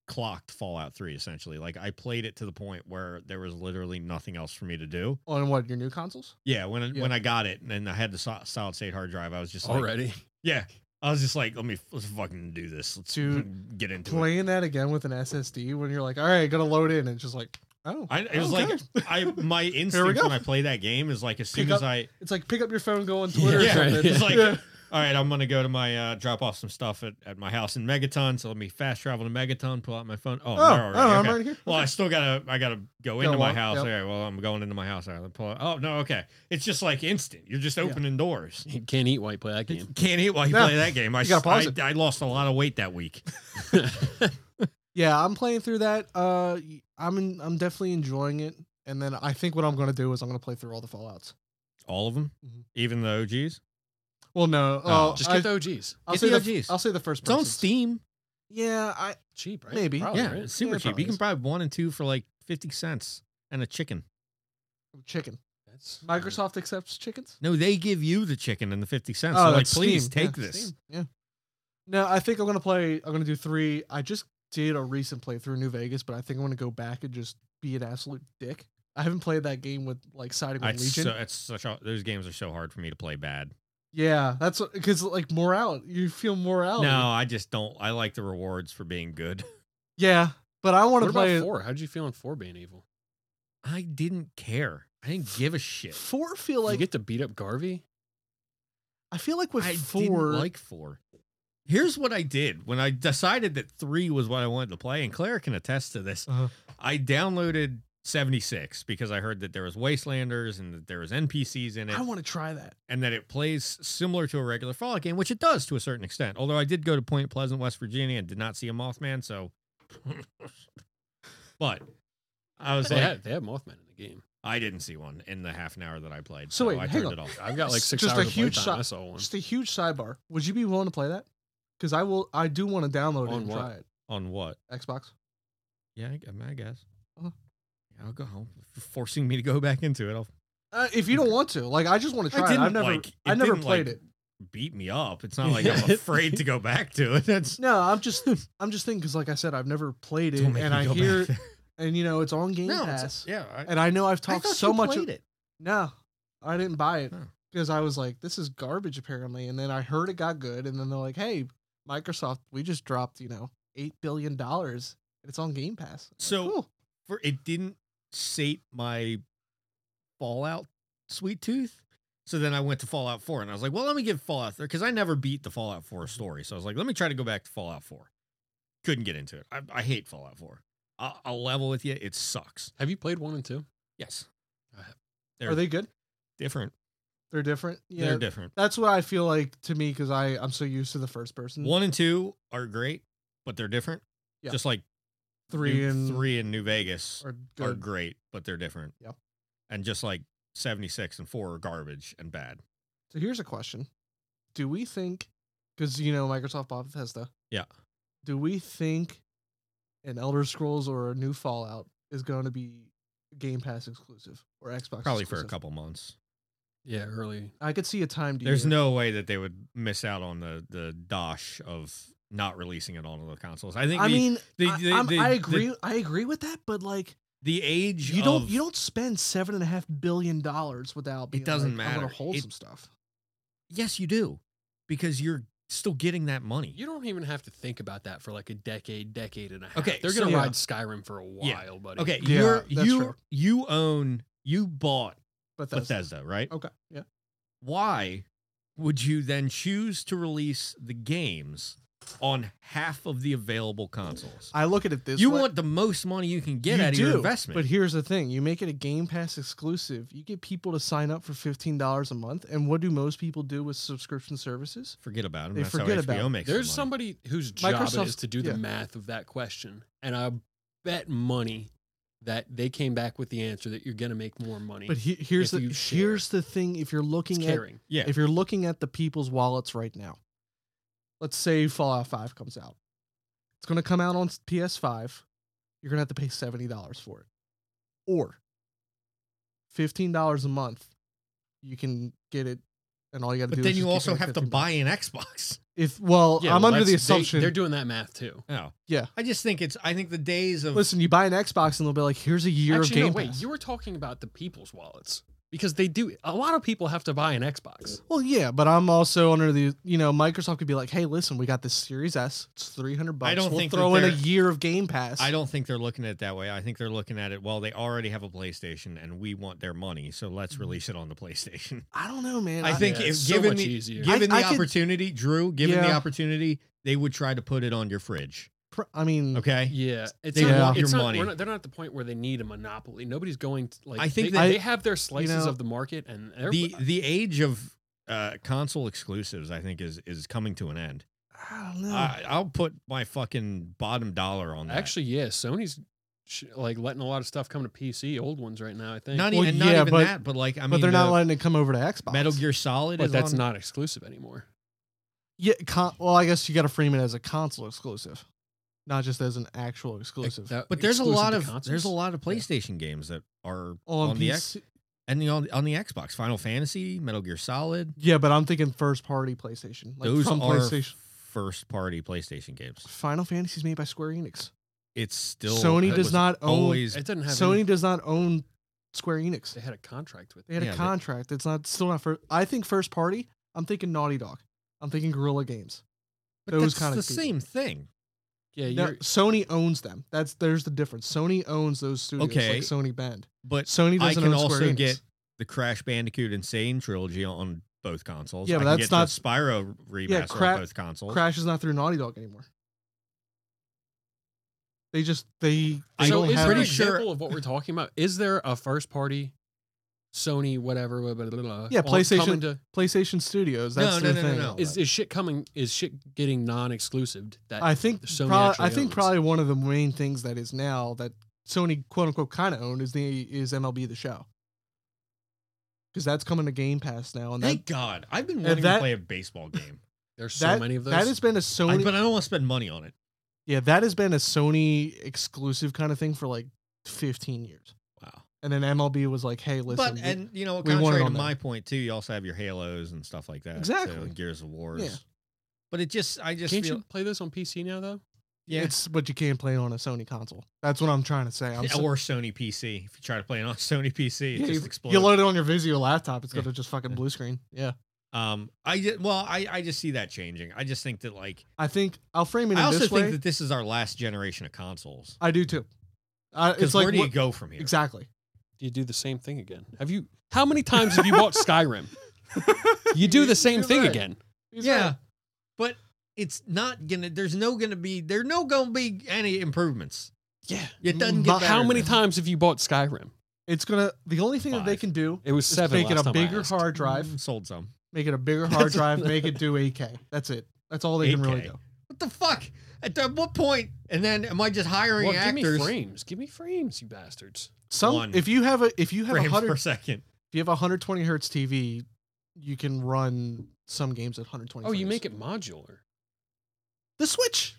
C: clocked Fallout Three essentially. Like I played it to the point where there was literally nothing else for me to do.
B: On what your new consoles?
C: Yeah. When I,
B: Yeah.
C: when I got it and then I had the so- solid state hard drive, I was just like,
D: Already, [LAUGHS]
C: yeah. I was just like, let me let's fucking do this. Let's
B: Dude,
C: get into it.
B: Playing that again with an SSD when you're like, all right, gotta load in, and it's just like, oh,
C: I, it was
B: okay.
C: like I my instinct
B: go.
C: when I play that game is like as soon
B: Pick
C: as
B: up-
C: I
B: it's like pick up your phone, go on
D: Yeah,
B: Twitter.
D: right.
B: or something.
D: It's
C: like-
B: Yeah.
C: all right, I'm gonna go to my uh, drop off some stuff at, at my house in Megaton. So let me fast travel to Megaton, pull out my phone.
B: oh,
C: Oh, I'm there
B: oh,
C: already.
B: I'm
C: okay.
B: right here.
C: Well, I still gotta I gotta go into
B: Go
C: my
B: on,
C: house.
B: yep.
C: All right, well I'm going into my house. All right, let me pull out. Oh no, okay. It's just like instant. You're just opening [LAUGHS] doors.
D: you can't eat while you play that
C: You
D: game.
C: Can't eat while you
B: No.
C: play that game. I,
B: You gotta
C: s-
B: pause
C: I-
B: it.
C: I lost a lot of weight that [LAUGHS] week.
B: yeah, I'm playing through that. Uh, y- I'm in, I'm definitely enjoying it. And then I think what I'm gonna do is I'm gonna play through all the Fallout's.
C: All of them,
B: Mhm.
C: even the OGs.
B: [LAUGHS] Well, no,
C: Oh,
B: oh,
D: Just
B: I-
D: get the OGs.
B: I'll
C: Get
B: say
C: the
B: the,
C: OGs.
B: I'll say the first.
C: It's on
B: person's.
C: Steam.
B: Yeah, I
D: Cheap, right?
B: Maybe.
D: Probably,
C: yeah,
D: right?
C: it's super
B: Oh, Yeah, it
C: cheap. You
B: probably
C: can
B: is.
C: buy one and two for like fifty cents and a chicken.
B: chicken.
D: That's
B: Microsoft accepts chickens.
C: No, they give you the chicken and the fifty cents.
B: Oh,
C: They're like,
B: that's
C: please
B: Steam. Yeah,
C: take this.
B: Steam. Yeah. No, I think I'm gonna play. I'm gonna do three. I just did a recent playthrough in New Vegas, but I think I'm gonna go back and just be an absolute dick. I haven't played that game with like siding with
C: It's
B: Legion.
C: so- it's such a, those games are so hard for me to play bad.
B: yeah, that's because like morality. You feel morality.
C: No, I just don't. I like the rewards for being good. [LAUGHS]
B: Yeah, but I want
D: What
B: to
D: about
B: play
D: four? How did you feel on four being evil?
C: I didn't care. I didn't give a shit.
B: four. Feel
D: Did
B: like
D: you get to beat up Garvey?
B: I feel like with
C: I
B: 4
C: didn't like four. Here's what I did when I decided that three was what I wanted to play, and Claire can attest to this.
B: Uh-huh.
C: I downloaded 76 because I heard that there was Wastelanders and that there was NPCs in it.
B: I want to try that.
C: and that it plays similar to a regular Fallout game, which it does to a certain extent. Although I did go to Point Pleasant, West Virginia, and did not see a Mothman, [LAUGHS] so. but I was
D: They
C: like,
D: had, they had Mothman in the game.
C: I didn't see one in the half an hour that I played,
B: So
C: so,
B: wait,
C: I
B: hang
C: turned
B: on.
C: it off.
D: I've got like
B: It's
D: six
B: just a
D: hours of
B: huge
D: playtime.
B: shot-
D: I saw one.
B: Just a huge sidebar. Would you be willing to play that? Because I will. I do want to download it
D: On
B: and
D: what?
B: try it.
C: On what?
B: Xbox.
C: Yeah, I, I mean, I guess.
B: Uh-huh.
C: Yeah, I'll go home. If you're forcing me to go back into it. I'll,
B: Uh, if you don't want to, like, I just want to
C: I
B: try it. I've
C: didn't,
B: never,
C: like- it
B: I never
C: didn't,
B: played
C: like-
B: it.
C: beat me up. It's not like [LAUGHS] I'm afraid to go back to it. That's
B: No, I'm
C: [LAUGHS]
B: just, I'm just thinking because, like I said, I've never played it,
C: Don't make
B: and
C: me
B: I
C: go
B: hear, [LAUGHS]
C: back.
B: and you know, it's on Game
C: no, it's-
B: Pass,
C: yeah. I,
B: and I know I've
C: I
B: talked
C: thought
B: so
C: you
B: much.
C: played it.
B: No, I didn't buy it
C: Huh.
B: because I was like, this is garbage apparently, and then I heard it got good, and then they're like, hey, Microsoft, we just dropped, you know, eight billion dollars, and it's on Game Pass. I'm like,
C: So-
B: cool.
C: for it didn't sate my Fallout sweet tooth. So then I went to Fallout 4 and I was like, well, let me give Fallout 3 because I never beat the Fallout 4 story. So I was like, let me try to go back to Fallout 4. Couldn't get into it. I, I hate Fallout 4. I'll, I'll level with you. It sucks.
D: Have you played one and two?
C: Yes.
B: are they good?
C: Different.
B: They're different. Yeah,
C: They're different.
B: that's what I feel like to me because I I'm so used to the first person.
C: One and two are great, but they're different.
B: Mm. Yeah.
C: Just like
B: three
C: New-
B: and
C: three in New Vegas
B: are
C: are,
B: good.
C: great, but they're different.
B: Yep.
C: And just like 76 and four are garbage and bad.
B: So here's a question: Do we think, because you know Microsoft bought Bethesda,
C: Yeah.
B: do we think an Elder Scrolls or a new Fallout is going to be Game Pass exclusive or Xbox?
C: Probably for a
B: exclusive?
C: couple months.
D: Yeah, early.
B: I could see a timed.
C: There's
B: year.
C: no way that they would miss out on the the dosh of not releasing it on the consoles. I think
B: I
C: the,
B: mean,
C: the-
B: I,
C: the-
B: I'm-
C: the-
B: I
C: the-
B: agree. I agree with that, but like,
C: the age
B: you don't
C: of-
B: you don't spend seven and a half billion dollars without. Being
C: doesn't
B: like, I'm gonna
C: matter.
B: hold
C: It-
B: some stuff.
C: yes you do because you're still getting that money.
D: You don't even have to think about that for like a decade, decade and a half.
C: Okay,
D: they're gonna
B: so-
D: ride Skyrim for a while,
C: Yeah.
D: buddy.
C: okay,
B: Yeah,
C: you're
B: that's
C: you
B: true.
C: you own you bought
B: But that's
C: Bethesda, Oh. right?
B: okay. Yeah.
C: Why would you then choose to release the games on half of the available consoles.
B: I look at it this
C: you
B: way.
C: want the most money you can get
B: You
C: out of your
B: do,
C: investment.
B: But here's the thing: you make it a Game Pass exclusive. You get people to sign up for fifteen dollars a month, and what do most people do with subscription services?
C: forget about them.
B: They
C: That's how
B: forget about
C: HBO
B: 'em.
C: makes their
D: There's
C: money.
D: somebody whose job it
B: Microsoft's-
D: is to do
B: yeah.
D: the math of that question, and I bet money that they came back with the answer that you're going to make more money.
B: But he- here's
D: If
B: the
D: you share.
B: here's the thing: if you're
D: it's
B: looking at
D: caring.
C: Yeah.
B: if you're looking at the people's wallets right now, let's say Fallout Five comes out, it's going to come out on PS5. You're going to have to pay seventy dollars for it, or fifteen dollars a month. You can get it, and all you got to do.
C: but
B: is
C: then
B: just
C: you
B: keep
C: also
B: paying
C: have to
B: $15.
C: buy an Xbox.
B: If well,
D: Yeah,
B: I'm
D: well,
B: under the
D: that's- they-
B: assumption
D: they're doing that math too.
C: No.
B: Yeah.
C: I just think it's. I think the days of
B: Listen, you buy an Xbox and they'll be like, "Here's a year
D: Actually,
B: of Game
D: no, wait.
B: Pass."
D: You were talking about the people's wallets because they do. A lot of people have to buy an Xbox.
B: well, yeah, but I'm also under the you know Microsoft could be like, "Hey, listen, we got this Series S. It's 300 bucks.
C: I don't
B: we'll
C: think that
B: throw in a
C: they're-
B: year of Game Pass."
C: I don't think they're looking at it that way. I think they're looking at it, well, they already have a PlayStation and we want their money, so let's release it on the PlayStation.
B: I don't know, man.
C: I think
D: Yeah,
C: if
D: it's so
C: given
D: much
C: the
D: easier.
C: given
B: I- I
C: the
B: could-
C: opportunity, Drew, given the
B: Yeah.
C: opportunity, they would try to put it on your fridge.
B: Pr- I mean,
C: Okay?
D: Yeah, it's
C: They
D: not,
B: want
D: it's
C: your
D: not-
C: money.
D: we're not- they're not at the point where they need a monopoly. Nobody's going to, like.
C: I think
D: they,
C: that-
D: they have their slices
B: know,
D: of the market, and they're-
C: The the age of uh, console exclusives, I think, is is coming to an end.
B: I don't know.
C: I, I'll put my fucking bottom dollar on that.
D: actually, yeah, Sony's sh- like letting a lot of stuff come to PC, old ones right now. I think,
C: not,
B: Well,
C: even, and not
B: yeah,
C: even
B: but-
C: that, but like I mean,
B: but they're not
C: the
B: letting it come over to Xbox.
C: Metal Gear Solid
D: but
C: is
D: that's
C: on-
D: not exclusive anymore.
B: Yeah. Con- well, I guess you got to frame it as a console exclusive, not just as an actual exclusive.
D: That-
C: But there's a
D: exclusive
C: lot
D: to
C: of there's
D: consoles?
C: a lot of PlayStation games that are
B: on
C: on the X
B: PC
C: and the, on, on the Xbox, Final Fantasy, Metal Gear Solid.
B: yeah, but I'm thinking first party PlayStation, like
C: those are
B: from PlayStation.
C: first party PlayStation games.
B: Final Fantasy's made by Square Enix.
C: It's still
B: Sony
C: it
B: does
C: was
B: not own
C: always.
D: It doesn't have
B: Sony
D: any-
B: does not own Square Enix.
D: they had a contract with.
B: They had
C: Yeah,
B: a
C: they-
B: contract. it's not still not first. I think first party. I'm thinking Naughty Dog. I'm thinking Guerrilla Games.
C: but
B: those
C: that's
B: kind
C: the
B: of people.
C: same thing.
D: Yeah,
B: No,
D: you're,
B: Sony owns them. That's there's the difference. Sony owns those studios,
C: Okay.
B: like Sony Bend.
C: But
B: Sony
C: I
B: doesn't
C: can
B: own Square
C: also
B: Enix.
C: get the Crash Bandicoot Insane trilogy on both consoles.
B: Yeah,
C: I
B: but
C: can
B: that's
C: get the
B: not-
C: Spyro remaster
B: Cra-
C: on both consoles.
B: Crash is not through Naughty Dog anymore. They just they. they
C: I
D: so
B: don't
D: is
B: have
D: there an
C: pretty sure-
D: example of what we're talking about? Is there a first party Sony whatever? Blah, blah, blah, blah,
B: Yeah,
D: on-
B: PlayStation-
D: coming to-
B: PlayStation Studios.
C: No,
B: That's
C: no,
B: their
C: no, no,
B: thing.
C: no.
D: is, is shit coming? Is shit getting non-exclusive? That
B: I think
D: Sony
B: prob-
D: actually
B: I think
D: owns.
B: probably one of the main things that is now that Sony quote unquote kind of owned is the is MLB the Show because that's coming to Game Pass now, and that
C: Thank God, I've been wanting to
B: that-
C: play a baseball game,
D: there's so
B: that,
D: many of those.
B: that has been a
C: I-
B: Sony
C: but I don't want to spend money on it.
B: yeah that has been a Sony exclusive kind of thing for like 15 years,
C: Wow.
B: and then MLB was like, hey, listen,
C: but
B: we-
C: and you know,
B: we want it
C: contrary to
B: on
C: my point too, you also have your Halos and stuff like that. so,
B: Exactly.
C: and Gears of Wars.
B: Yeah.
C: But it just, I just
D: Can't
C: feel,
D: you play this on PC now though?
C: yeah,
B: it's but you can't play it on a Sony console. That's what I'm trying to say. I'm
C: Yeah,
B: so- [LAUGHS]
C: or Sony PC. If you try to play it on [LAUGHS] Sony PC, it
B: Yeah,
C: just
B: you-
C: explodes.
B: You load it on your Vizio laptop, it's
C: Yeah.
B: gonna just fucking
C: Yeah.
B: blue screen. Yeah,
C: um, I ju- well, I I just see that changing. I just think that like
B: I think I'll frame it in
C: I also
B: this
C: think
B: way.
C: that this is our last generation of consoles.
B: I do too. I,
C: Because
B: it's
C: where
B: like
C: do you
B: what-
C: go from here?
B: exactly.
D: Do you do the same thing again? Have you? How many times have
B: [LAUGHS]
D: you bought Skyrim? You do the same
B: He's
D: thing
B: right.
D: again.
B: He's
C: yeah,
B: right.
C: but it's not gonna. There's no gonna be. There no gonna be any improvements.
D: Yeah.
C: It doesn't get
B: Mm, But
C: better
D: How many
C: than-
D: times have you bought Skyrim?
B: It's gonna. The only thing that they
C: Five.
B: can do
D: It was
B: is
D: seven.
B: make it
D: last
B: a
D: time I
B: bigger
D: asked.
B: hard drive,
C: Mm, sold some?
B: make it a
D: [LAUGHS]
B: bigger hard drive, make it do 8K. That's it. That's all they can really
C: 8K.
B: do.
C: What the fuck? At the- what point? And then am I just hiring
D: Well, give me
C: actors?
D: frames. Give me frames, you bastards.
B: Some
C: One.
B: if you have a if you have a
C: frames
B: hundred
C: per
B: if [LAUGHS]
C: second.
B: you have a 120 hertz TV, you can run some games at 120.
D: Oh, you make it modular.
B: the Switch.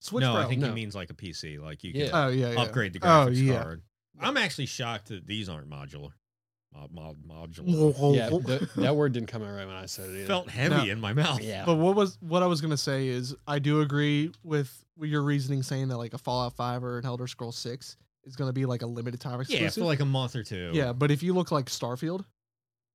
B: Switch
C: no,
B: Pro.
C: I think
D: no.
C: he means like a PC. Like you
D: Yeah.
C: can
B: oh yeah, yeah.
C: upgrade the graphics
B: Oh, yeah.
C: card. I'm actually shocked that these aren't modular. Mod, mod, modular.
B: Yeah,
D: Yeah, th- that word didn't come out right when I said it. Either.
C: Felt heavy in my
B: Oh,
C: mouth.
D: Yeah.
B: But what was what I was gonna say is I do agree with your reasoning saying that like a Fallout Five or an Elder Scrolls Six is gonna be like a limited time
C: Yeah,
B: exclusive.
C: for like a month or two.
B: Yeah, but if you look like Starfield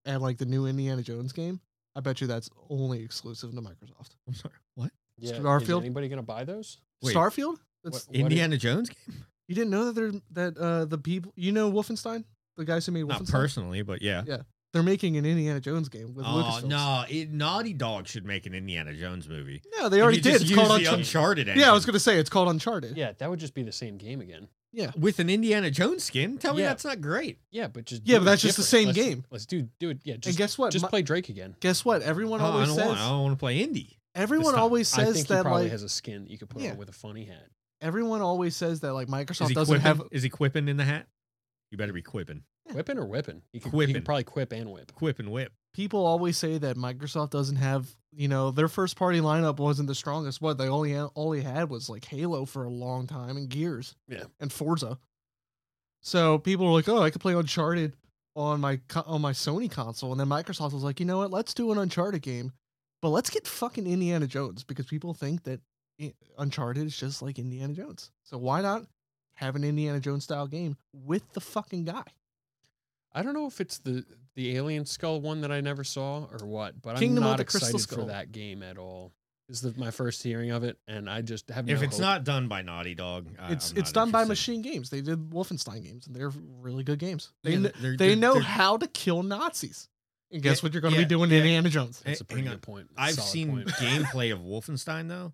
B: and like the new Indiana Jones game, I bet you that's only exclusive to Microsoft.
C: I'm sorry. What?
D: yeah. is
B: Starfield?
D: anybody gonna buy those?
C: Wait.
B: Starfield? That's
D: What- what
C: Indiana Jones game?
B: you didn't know that they're that uh the people you know Wolfenstein, the guys who made
C: Not
B: Wolfenstein.
C: personally, but yeah.
B: Yeah. They're making an Indiana Jones game with
C: Oh
B: Lucasfilm.
C: no, it, Naughty Dog should make an Indiana Jones movie.
B: no, they already
C: You just
B: did. It's
C: use
B: called
C: the
B: Uncharted.
C: Uncharted. Engine.
B: Yeah, I was gonna say it's called Uncharted.
D: Yeah, that would just be the same game again.
C: with an Indiana Jones skin. Tell me
D: Yeah.
C: that's not great.
D: Yeah, but just
B: Yeah,
D: do
B: but
D: it
B: that's just the
D: different.
B: same
D: Let's-
B: game.
D: Let's do do it. Yeah,
B: and
D: just
B: guess what?
D: just
B: My-
D: play Drake again.
B: guess what? Everyone
C: Oh, I
B: always
C: don't
B: says.
C: want. I don't want to play Indy.
B: everyone
C: time.
A: always
D: I
A: says
D: think he
A: that
D: probably
A: like
D: has a skin that you could put
B: Yeah.
D: on with a funny hat.
A: everyone always says that like
C: Is
A: Microsoft
C: he
A: doesn't
C: quipping?
A: have
C: Is he quipping in the hat? You better be quipping.
D: Whipping or whipping? He could, He
C: Quipping.
D: could probably quip and whip.
C: Quip and whip.
A: people always say that Microsoft doesn't have, you know, their first party lineup wasn't the strongest. What they only only had was like Halo for a long time and Gears,
D: Yeah.
A: and Forza.
B: So people were like, "Oh, I could play Uncharted on my co- on my Sony console," and then Microsoft was like, "You know what? Let's do an Uncharted game, but let's get fucking Indiana Jones because people think that I- Uncharted is just like Indiana Jones. So why not have an Indiana Jones style game with the fucking guy?
D: I don't know if it's the the alien skull one that I never saw or what, but
B: Kingdom of
D: I'm not
B: the Crystal
D: excited
B: Skull.
D: for that game at all. This is the, my first hearing of it, and I just have no
C: If it's
D: hope.
C: not done by Naughty Dog, I,
B: it's
C: I'm
B: it's
C: not
B: done by
C: interested.
B: Machine Games. They did Wolfenstein games, and they're really good games. They
C: Yeah,
B: kn-
C: they're-
B: they
C: they're-
B: know
C: they're-
B: how to kill Nazis, and guess
C: Yeah,
B: what? You're going to
C: yeah,
B: be doing
C: yeah.
B: in Indiana Jones.
D: that's a
C: Hey,
D: pretty
C: eh, hang
D: good point.
C: I've
D: Solid
C: seen
D: point.
C: gameplay [LAUGHS] of Wolfenstein though.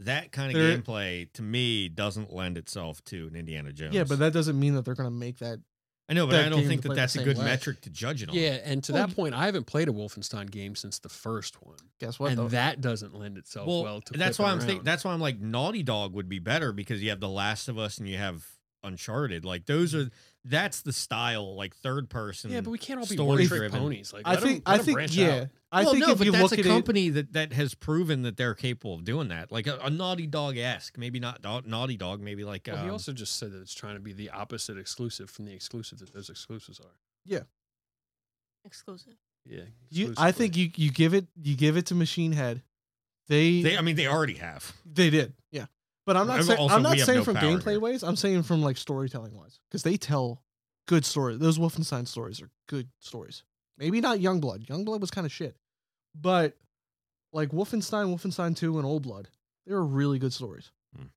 C: That kind of
B: There-
C: gameplay to me doesn't lend itself to an Indiana Jones.
B: Yeah, but that doesn't mean that they're going to make that
C: I know, but
B: that
C: I don't
B: game
C: think
B: to
C: that
B: play the
C: that's a
B: same
C: good
B: way.
C: metric to judge it on.
D: Yeah, and to
B: Well,
D: that
B: you-
D: point, I haven't played a Wolfenstein game since the first one,
B: Guess what?
D: and
B: though?
D: that doesn't lend itself well, to.
C: that's
D: flipping
C: why I'm
D: around.
C: thinking. That's why I'm like Naughty Dog would be better because you have The Last of Us and you have Uncharted. Like those are that's the style, like third person.
D: yeah, but we can't all be
C: story
D: one trick
C: driven.
D: ponies. Like
B: I
D: let 'em-
B: think
D: let
B: I
D: 'em
B: think
D: branch
B: yeah.
D: out.
B: I
C: well,
B: think
C: no,
B: if
C: but
B: you
C: that's
B: look
C: a
B: at it,
C: company that that has proven that they're capable of doing that. Like a, a Naughty Dog esque, maybe not Dau- Naughty Dog, maybe like
D: Well, he
C: um,
D: also just said that it's trying to be the opposite exclusive from the exclusive that those exclusives are.
E: Exclusive.
D: Yeah,
B: you, I think you, you give it you give it to Machine Head. They
C: they.
B: they,
C: I mean, they already have.
B: did yeah, but I'm not
C: And
B: saying
C: also,
B: I'm not
C: we have
B: saying
C: no
B: from
C: power
B: gameplay
C: here.
B: ways. I'm saying from like storytelling wise because they tell good stories. Those Wolfenstein stories are good stories. Maybe not Youngblood. Youngblood was kind of shit, but like Wolfenstein, Wolfenstein Two, and Old Blood, they were really good stories.
C: Mm.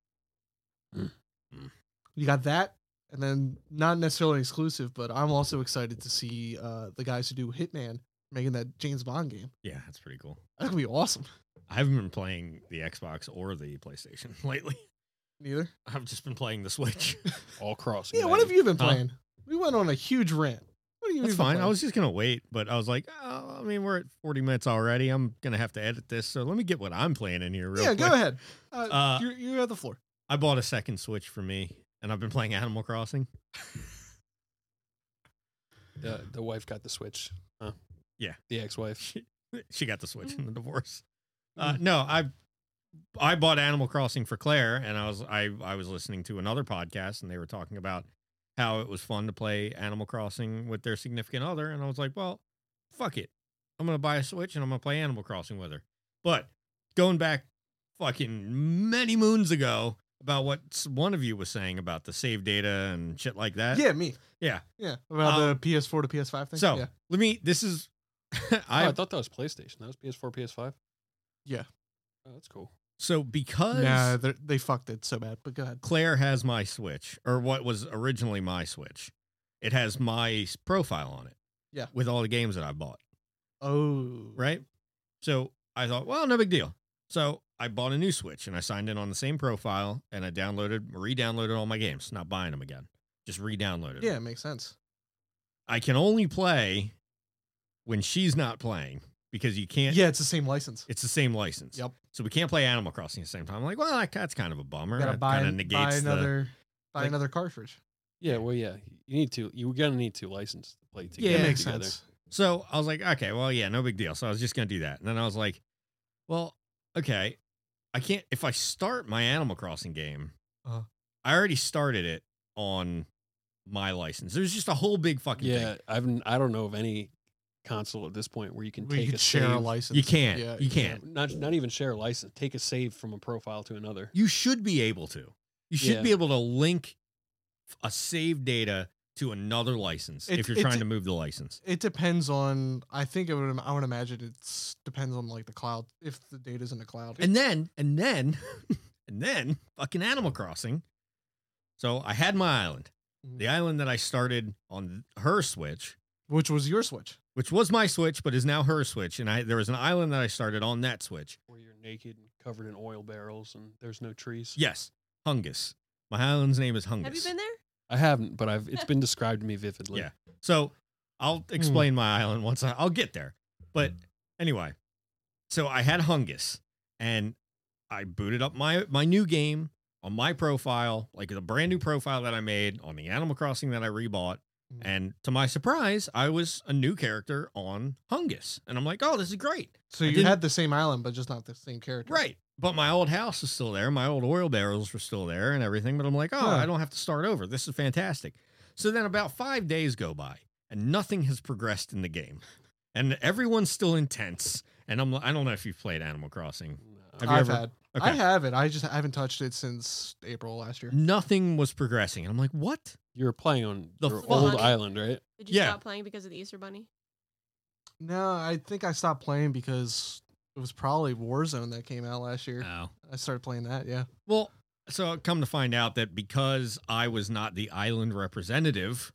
C: Mm. Mm.
B: You got that, and then not necessarily exclusive, but I'm also excited to see uh, the guys who do Hitman making that James Bond game. [LAUGHS]
C: Yeah, that's pretty cool.
B: That could be awesome.
C: I haven't been playing the Xbox or the PlayStation [LAUGHS] lately.
B: Neither.
C: I've just been playing
B: [LAUGHS]
C: the Switch.
D: all cross.
B: Yeah, what have you been
C: Huh?
B: playing? We went on a huge rant. What do you
C: That's
B: mean
C: fine.
B: Playing?
C: I was just gonna wait, but I was like, oh, I mean, we're at 40 minutes already. I'm gonna have to edit this, so let me get what I'm playing in here. Real
B: yeah,
C: quick.
B: go ahead. Uh,
C: Uh,
B: you you have the floor.
C: I bought a second Switch for me, and I've been playing Animal Crossing.
D: The, the wife got the switch. Huh?
C: Yeah.
D: the ex-wife.
C: she got the Switch in the divorce. Uh,
B: Mm.
C: no, I I bought Animal Crossing for Claire, and I was I I was listening to another podcast, and they were talking about how it was fun to play Animal Crossing with their significant other, and I was like, well, fuck it, I'm gonna buy a Switch and I'm gonna play Animal Crossing with her. But going back, fucking many moons ago, about what s- one of you was saying about the save data and shit like that.
B: yeah, me.
C: uh, yeah.
B: Yeah, about
C: Um,
B: the PS4 to PS5 thing.
C: So
B: yeah.
C: let me. This is. [LAUGHS]
D: Oh, I,
C: I
D: thought that was PlayStation. That was PS4, PS5.
B: Yeah.
D: oh, that's cool.
C: so because
B: nah, they're- they fucked it so bad. But go ahead.
C: Claire has my Switch, or what was originally my Switch. It has my s- profile on it.
B: Yeah. Mm-hmm.
C: With all the games that I bought,
B: Oh,
C: right? So I thought, well, no big deal. So I bought a new Switch and I signed in on the same profile and I downloaded, re downloaded all my games, not buying them again, just re downloaded.
B: Yeah, it makes sense.
C: I can only play when she's not playing because you can't,
B: Yeah, it's the same license.
C: it's the same license.
B: Yep.
C: So we can't play Animal Crossing at the same time. I'm like, well, that- that's kind of a bummer.
B: Gotta
C: That
B: buy,
C: kinda
B: buy
C: negates the-
B: another buy
C: like-
B: another cartridge.
D: Yeah, well, yeah, you need to. You're gonna need to license to play together.
B: it makes
D: together.
B: sense.
C: So I was like, okay, well, yeah, no big deal. So I was just gonna do that. And then I was like, well, okay, I can't if I start my Animal Crossing game,
B: Uh-huh.
C: I already started it on my license. There's just a whole big fucking
D: Yeah,
C: thing.
D: I've n- I don't know of any console at this point where you can
B: We
D: take
B: could
D: a
B: share
D: save.
B: a license.
C: You can't.
B: Yeah,
C: you can't.
D: Not not even share a license. Take a save from a profile to another.
C: You should be able to. You should
D: Yeah.
C: be able to link a save data to another license
B: It's-
C: if you're
B: it's-
C: trying to move the license.
B: It depends on. I think it would. I would imagine it's depends on like the cloud. If the data's in the cloud.
C: And then, and then, [LAUGHS] and then, fucking Animal Crossing. So I
E: Mm-hmm.
C: had my island, the island that I started on her Switch,
B: which was your Switch.
C: which was my Switch, but is now her Switch. And I there was an island that I started on that Switch.
D: where you're naked and covered in oil barrels and there's no trees.
C: Yes, Hungus. My island's name is Hungus.
E: Have you been there?
D: I haven't, but I've it's been described to me vividly.
C: Yeah. So I'll explain my island once I, I'll get there. But anyway, so I had Hungus and I booted up my my new game on my profile, like the brand new profile that I made on the Animal Crossing that I rebought.
B: Mm.
C: And to my surprise, I was a new character on Hungus. And I'm like, oh, this is great.
B: So
C: I
B: you
C: didn't-
B: had the same island, but just not the same character.
C: Right. But my old house is still there. My old oil barrels were still there and everything. But I'm like, oh,
B: Huh.
C: I don't have to start over. This is fantastic. So then about five days go by and nothing has progressed in the game. And everyone's still intense. And I'm I don't know if you've played Animal Crossing.
D: No.
C: Have you
B: I've
C: ever?
B: had. I have it. I just haven't touched it since April last year.
C: Nothing was progressing. And I'm like, what?
D: You were playing on
C: The
D: your
C: fuck?
D: old island, right?
E: Did you
C: Yeah.
E: stop playing because of the Easter Bunny?
B: No, I think I stopped playing because it was probably Warzone that came out last year.
C: Oh.
B: I started playing that. Yeah.
C: Well, so I come to find out that because I was not the island representative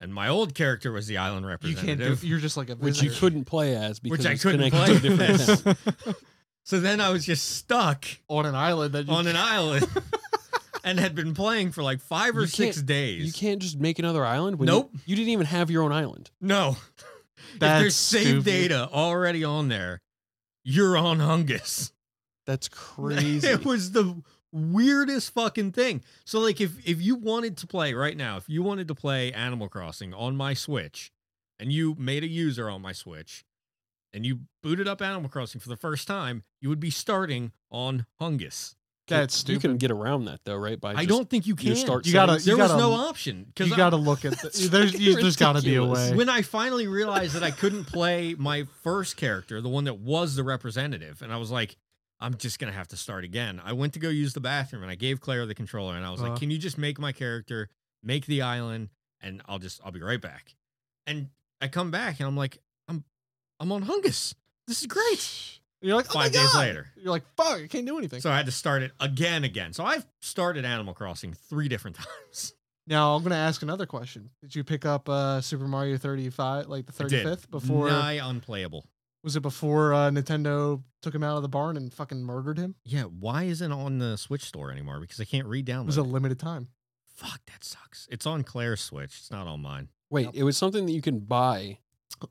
C: and my old character was the island
B: You
C: representative.
B: can't do. You're just like a
D: Which
B: visitor.
D: you couldn't play as because
C: which I
D: it's
C: couldn't
D: connected to
C: play.
D: a different
C: Yes. [LAUGHS]
D: account.
C: so then I was just stuck
B: on an island that you
C: on an island and had been playing for like five or
D: You
C: six
D: can't- You
C: days.
D: can't just make another island. When
C: Nope.
D: You, you didn't even have your own island.
C: No. if there's
B: That's
C: saved
B: stupid.
C: data already on there, you're on Hungus. [LAUGHS]
D: That's crazy.
C: It was the weirdest fucking thing. So like if if you wanted to play right now, if you wanted to play Animal Crossing on my Switch and you made a user on my Switch and you booted up Animal Crossing for the first time, you would be starting on Hungus.
B: That's
D: You
B: stupid.
D: can get around that though, right? By
C: I
D: just-
C: don't think you can.
D: you start.
B: You gotta-
D: settings.
C: there was
B: gotta-
C: no option because
B: you got to look
C: [LAUGHS]
B: at.
D: That's
B: The, there's you,
D: fucking
B: there's got to be a
D: ridiculous.
B: way.
C: when I finally realized that I couldn't play my first character, the one that was the representative, and I was like, I'm just gonna have to start again. I went to go use the bathroom and I gave Claire the controller and I was like,
B: Uh-huh.
C: Can you just make my character, make the island, and I'll just I'll be right back. And I come back and I'm like, I'm I'm on Hungus. This is great.
B: You're like oh my
C: Five days
B: God.
C: later.
B: You're like fuck. I can't do anything.
C: So I had to start it again again. So I've started Animal Crossing three different [LAUGHS] times.
B: now I'm gonna ask another question. Did you pick up uh, Super Mario 35, like the
C: I did.
B: 35th before?
C: nigh unplayable.
B: Was it before uh, Nintendo took him out of the barn and fucking murdered him?
C: Yeah, why isn't it on the Switch store anymore? Because I can't
B: It
C: re-download
B: was
C: it.
B: a limited time.
C: Fuck, that sucks. It's on Claire's Switch. It's not on mine.
D: Wait, it was something that you can buy,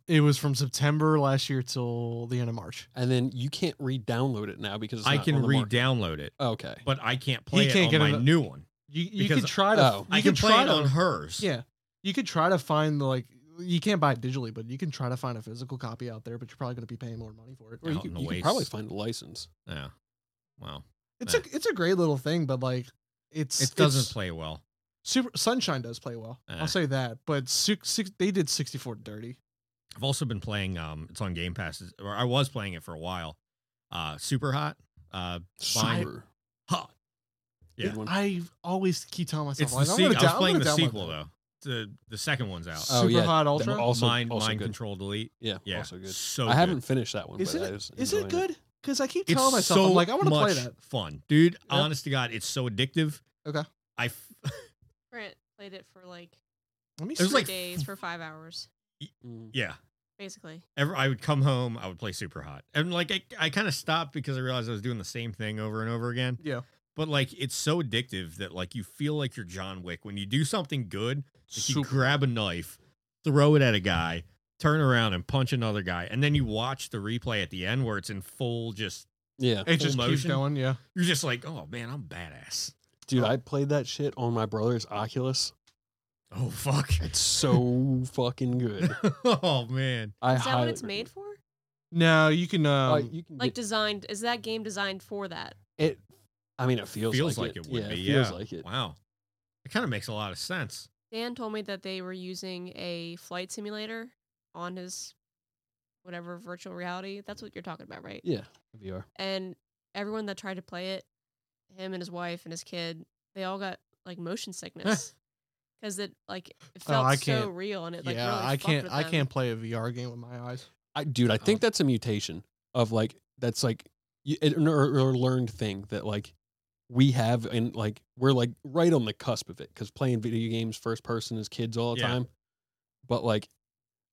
B: It was from September last year till the end of March.
D: and then you can't re-download it now because it's
C: I
D: not
C: can
D: on the market.
C: re-download it,
D: Okay.
C: but I can't play
B: can't
C: it
B: get
C: on my
B: it-
C: new one.
B: You you
C: Because-
B: could try to.
D: Oh.
B: you
C: I can
B: could
C: play
B: try
C: it
B: to-
C: on hers.
B: [LAUGHS] Yeah, you could try to find like you can't buy it digitally, but you can try to find a physical copy out there. But you're probably gonna be paying more money for it.
D: Or you
C: Out in
D: could,
C: the
D: you could probably
C: waste.
D: find a license.
C: Yeah. Wow.
B: It's a it's a great little thing, but like it's
C: It doesn't
B: it's-
C: play well.
B: Super Sunshine does play well.
C: Eh.
B: I'll say that, but six, six, they did 64 dirty.
C: I've also been playing um it's on Game Pass or I was playing it for a while. Uh Super Hot. Uh Fine.
D: Super.
C: Hot.
D: Good
C: Yeah.
D: one.
B: I always keep telling myself
C: It's
B: like,
C: the
B: I'm
C: se-
B: gonna
C: I
B: down-
C: was
B: I'm
C: playing
B: gonna
C: the
B: download
C: sequel
B: that.
C: though. The the second one's out.
B: Oh, Super Hot
D: that-
B: Ultra?
D: Also,
C: Mind
D: also
C: Mind
D: good.
C: Control Delete.
D: Yeah,
C: Yeah.
D: Also good.
C: So
D: I haven't
C: good.
D: finished that one.
B: Is
D: but I
B: it-
D: was
B: Is it
D: enjoying
B: good? Because I keep
C: It's
B: telling myself
C: so
B: I'm like I want to play
C: much
B: that.
C: fun, dude. Honest to God, it's so addictive.
B: Okay.
C: I f-
E: Grant played it for like
B: Let me
C: It was
E: three
C: like-
E: days for five hours,
D: Mm.
C: yeah.
E: basically.
C: Every, I would come home, I would play Super Hot, and like I, I kind of stopped because I realized I was doing the same thing over and over again.
B: Yeah.
C: But like it's so addictive that like you feel like you're John Wick when you do something good. Like you grab a knife, throw it at a guy, turn around and punch another guy, and then you watch the replay at the end where it's in full. Just
D: Yeah.
B: It just
C: full
B: keeps
C: motion.
B: going. Yeah.
C: you're just like, oh man, I'm badass.
D: Dude, I played that shit on my brother's Oculus.
C: Oh fuck.
D: It's [LAUGHS] so fucking good.
C: [LAUGHS] oh man.
D: I
E: Is that what
D: highly
E: it's made for?
B: No, you can. Um,
D: recommend- Like, Oh, you can
E: Like
D: get
E: designed? Is that game designed for that?
D: it. I mean, it feels
C: Feels
D: like,
C: like it would
D: yeah,
C: be,
D: It feels
C: yeah.
D: like it.
C: Wow. It kind of makes a lot of sense. [LAUGHS]
E: Dan told me that they were using a flight simulator on his whatever virtual reality. That's what you're talking about, right?
D: Yeah. VR.
E: And everyone that tried to play it, him and his wife and his kid, they all got like
D: [LAUGHS]
E: motion sickness because it like it
D: Oh,
E: felt
B: I
E: so
B: can't-
E: real and it like
B: yeah,
E: really
B: I
E: fucked
B: can't.
E: with
B: I
E: them.
B: can't play a VR game with my eyes.
D: I, dude, I
A: Uh-huh.
D: think that's a mutation of like that's like you, it, or, or learned thing that like we have and like we're like right on the cusp of it because playing video games first person as kids all the
C: Yeah.
D: time, but like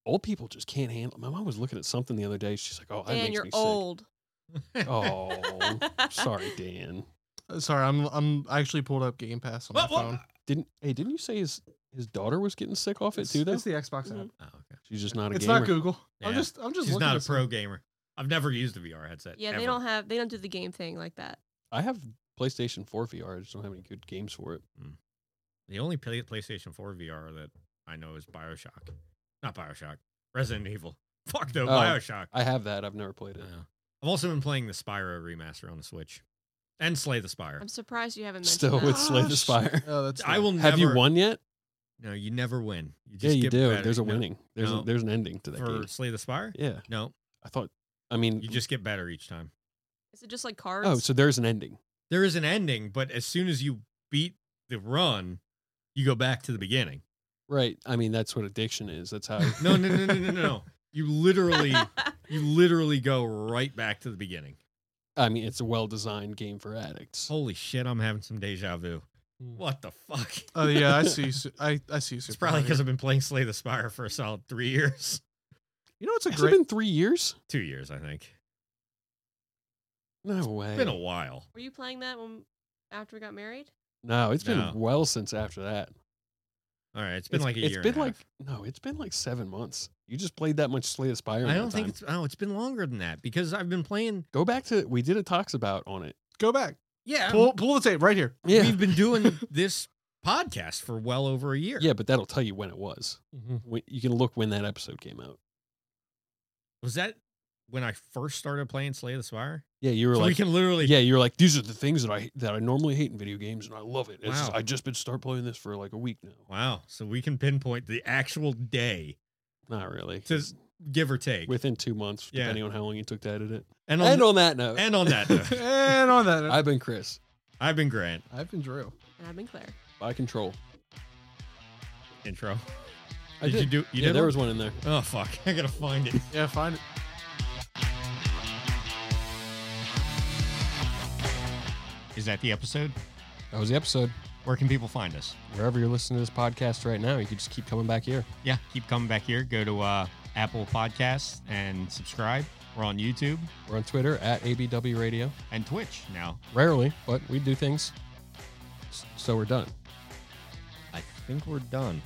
D: old people just can't handle. My mom was looking at something the other day. She's like, "Oh, that
E: Dan,
D: makes
E: you're
D: me
E: old.
D: sick." Oh,
E: [LAUGHS]
D: sorry, Dan.
A: Uh, Sorry, I'm I'm I actually pulled up Game Pass on my
C: What- what-
A: phone.
D: Didn't hey? Didn't you say his his daughter was getting sick off it
A: It's,
D: too? Though
A: it's the Xbox app.
E: Mhm.
C: Oh, okay.
D: she's just not a
A: It's
D: gamer.
A: not Google. I'm
C: Yeah.
A: just I'm just
C: She's
A: looking
C: not a
A: at some-
C: pro gamer. I've never used a VR headset.
E: Yeah,
C: ever.
E: they don't have they don't do the game thing like that.
D: I have PlayStation 4 VR. I just don't have any good games for it.
C: The only play- PlayStation 4 VR that I know is Bioshock. Not Bioshock. Resident Evil. [LAUGHS] Fuck though,
D: Oh.
C: Bioshock.
D: I have that. I've never played it.
C: Yeah. I've also been playing the Spyro remaster on the Switch, and Slay the Spire.
E: I'm surprised you haven't mentioned
D: Still
E: that.
D: with Slay the
A: Gosh.
D: Spire.
A: Ah, Oh, that's
C: I will.
D: Have you
C: never-
D: won yet?
C: No, you never win. You
D: Yeah,
C: just
D: you
C: get
D: do.
C: better.
D: There's a
C: No,
D: winning. There's
C: no.
D: a, there's an ending to that
C: for
D: game.
C: Slay the Spire.
D: Yeah,
C: No,
D: I thought. I mean,
C: you just get better each time.
E: [GASPS] Is it just like cards?
D: oh, so there's an ending.
C: There is an ending, but as soon as you beat the run, you go back to the beginning.
D: Right. I mean, that's what addiction is.
C: [LAUGHS]
D: That's how.
C: No, no, no, no, no, no. no. You
E: [LAUGHS]
C: literally, you literally go right back to the beginning.
D: I mean, it's a well-designed game for addicts.
C: Holy shit, I'm having some deja vu.
D: Hmm.
C: What the fuck?
A: [LAUGHS] Oh yeah, I see. Su- I I see.
C: It's probably because I've been playing Slay the Spire for a solid three years. [LAUGHS]
A: you know it's a
D: Has it
A: great.
D: been three years?
C: Two years, I think.
D: No way.
C: It's been a while.
E: Were you playing that when after we got married?
D: no, it's been
C: No.
D: well since after that.
C: All right, it's been like a year.
D: It's been
C: and a
D: like no, it's been like seven months. You just played that much Slay the Spire.
C: half.
D: in
C: I
D: that
C: don't think
D: time.
C: it's. Oh, it's been longer than that because I've been playing.
D: Go back to we did a talks about on it.
A: Go back.
C: Yeah,
A: Pull pull the tape right [LAUGHS] here.
D: Yeah,
C: we've been
D: [LAUGHS]
C: doing this podcast for well over a year.
D: yeah, but that'll tell you when it was.
C: Mm-hmm.
D: When, you can look when that episode came out.
C: was that when I first started playing Slay the Spire?
D: Yeah, you were
C: So we
D: like,
C: can literally.
D: yeah, you were like, these are the things that I that I normally hate in video games, and I love it. It's just,
C: Wow.
D: I just been start playing this for like a week now.
C: Wow. So we can pinpoint the actual day,
D: Not really.
C: So it's give or take.
D: within two months,
C: Yeah.
D: depending on how long you took to edit it.
C: and on,
D: And on that note,
C: and on
D: [LAUGHS]
C: that, note,
A: and on that,
D: I've been Chris
C: I've been Grant.
A: I've been Drew.
E: And I've been Claire.
D: by Control.
C: Intro.
D: I
C: did, you do? You
D: yeah,
C: did
D: there
C: one?
D: was one in there.
C: Oh fuck! [LAUGHS] I gotta find it.
A: Yeah, find it.
C: Is that the episode?
F: That was the episode.
C: Where can people find us?
F: Wherever you're listening to this podcast right now, you can just keep coming back here.
C: yeah, keep coming back here. Go to uh, Apple Podcasts and subscribe. We're on YouTube
F: We're on Twitter at ABW Radio.
C: and Twitch now.
F: Rarely, but we do things. S- So we're done.
C: I think we're done.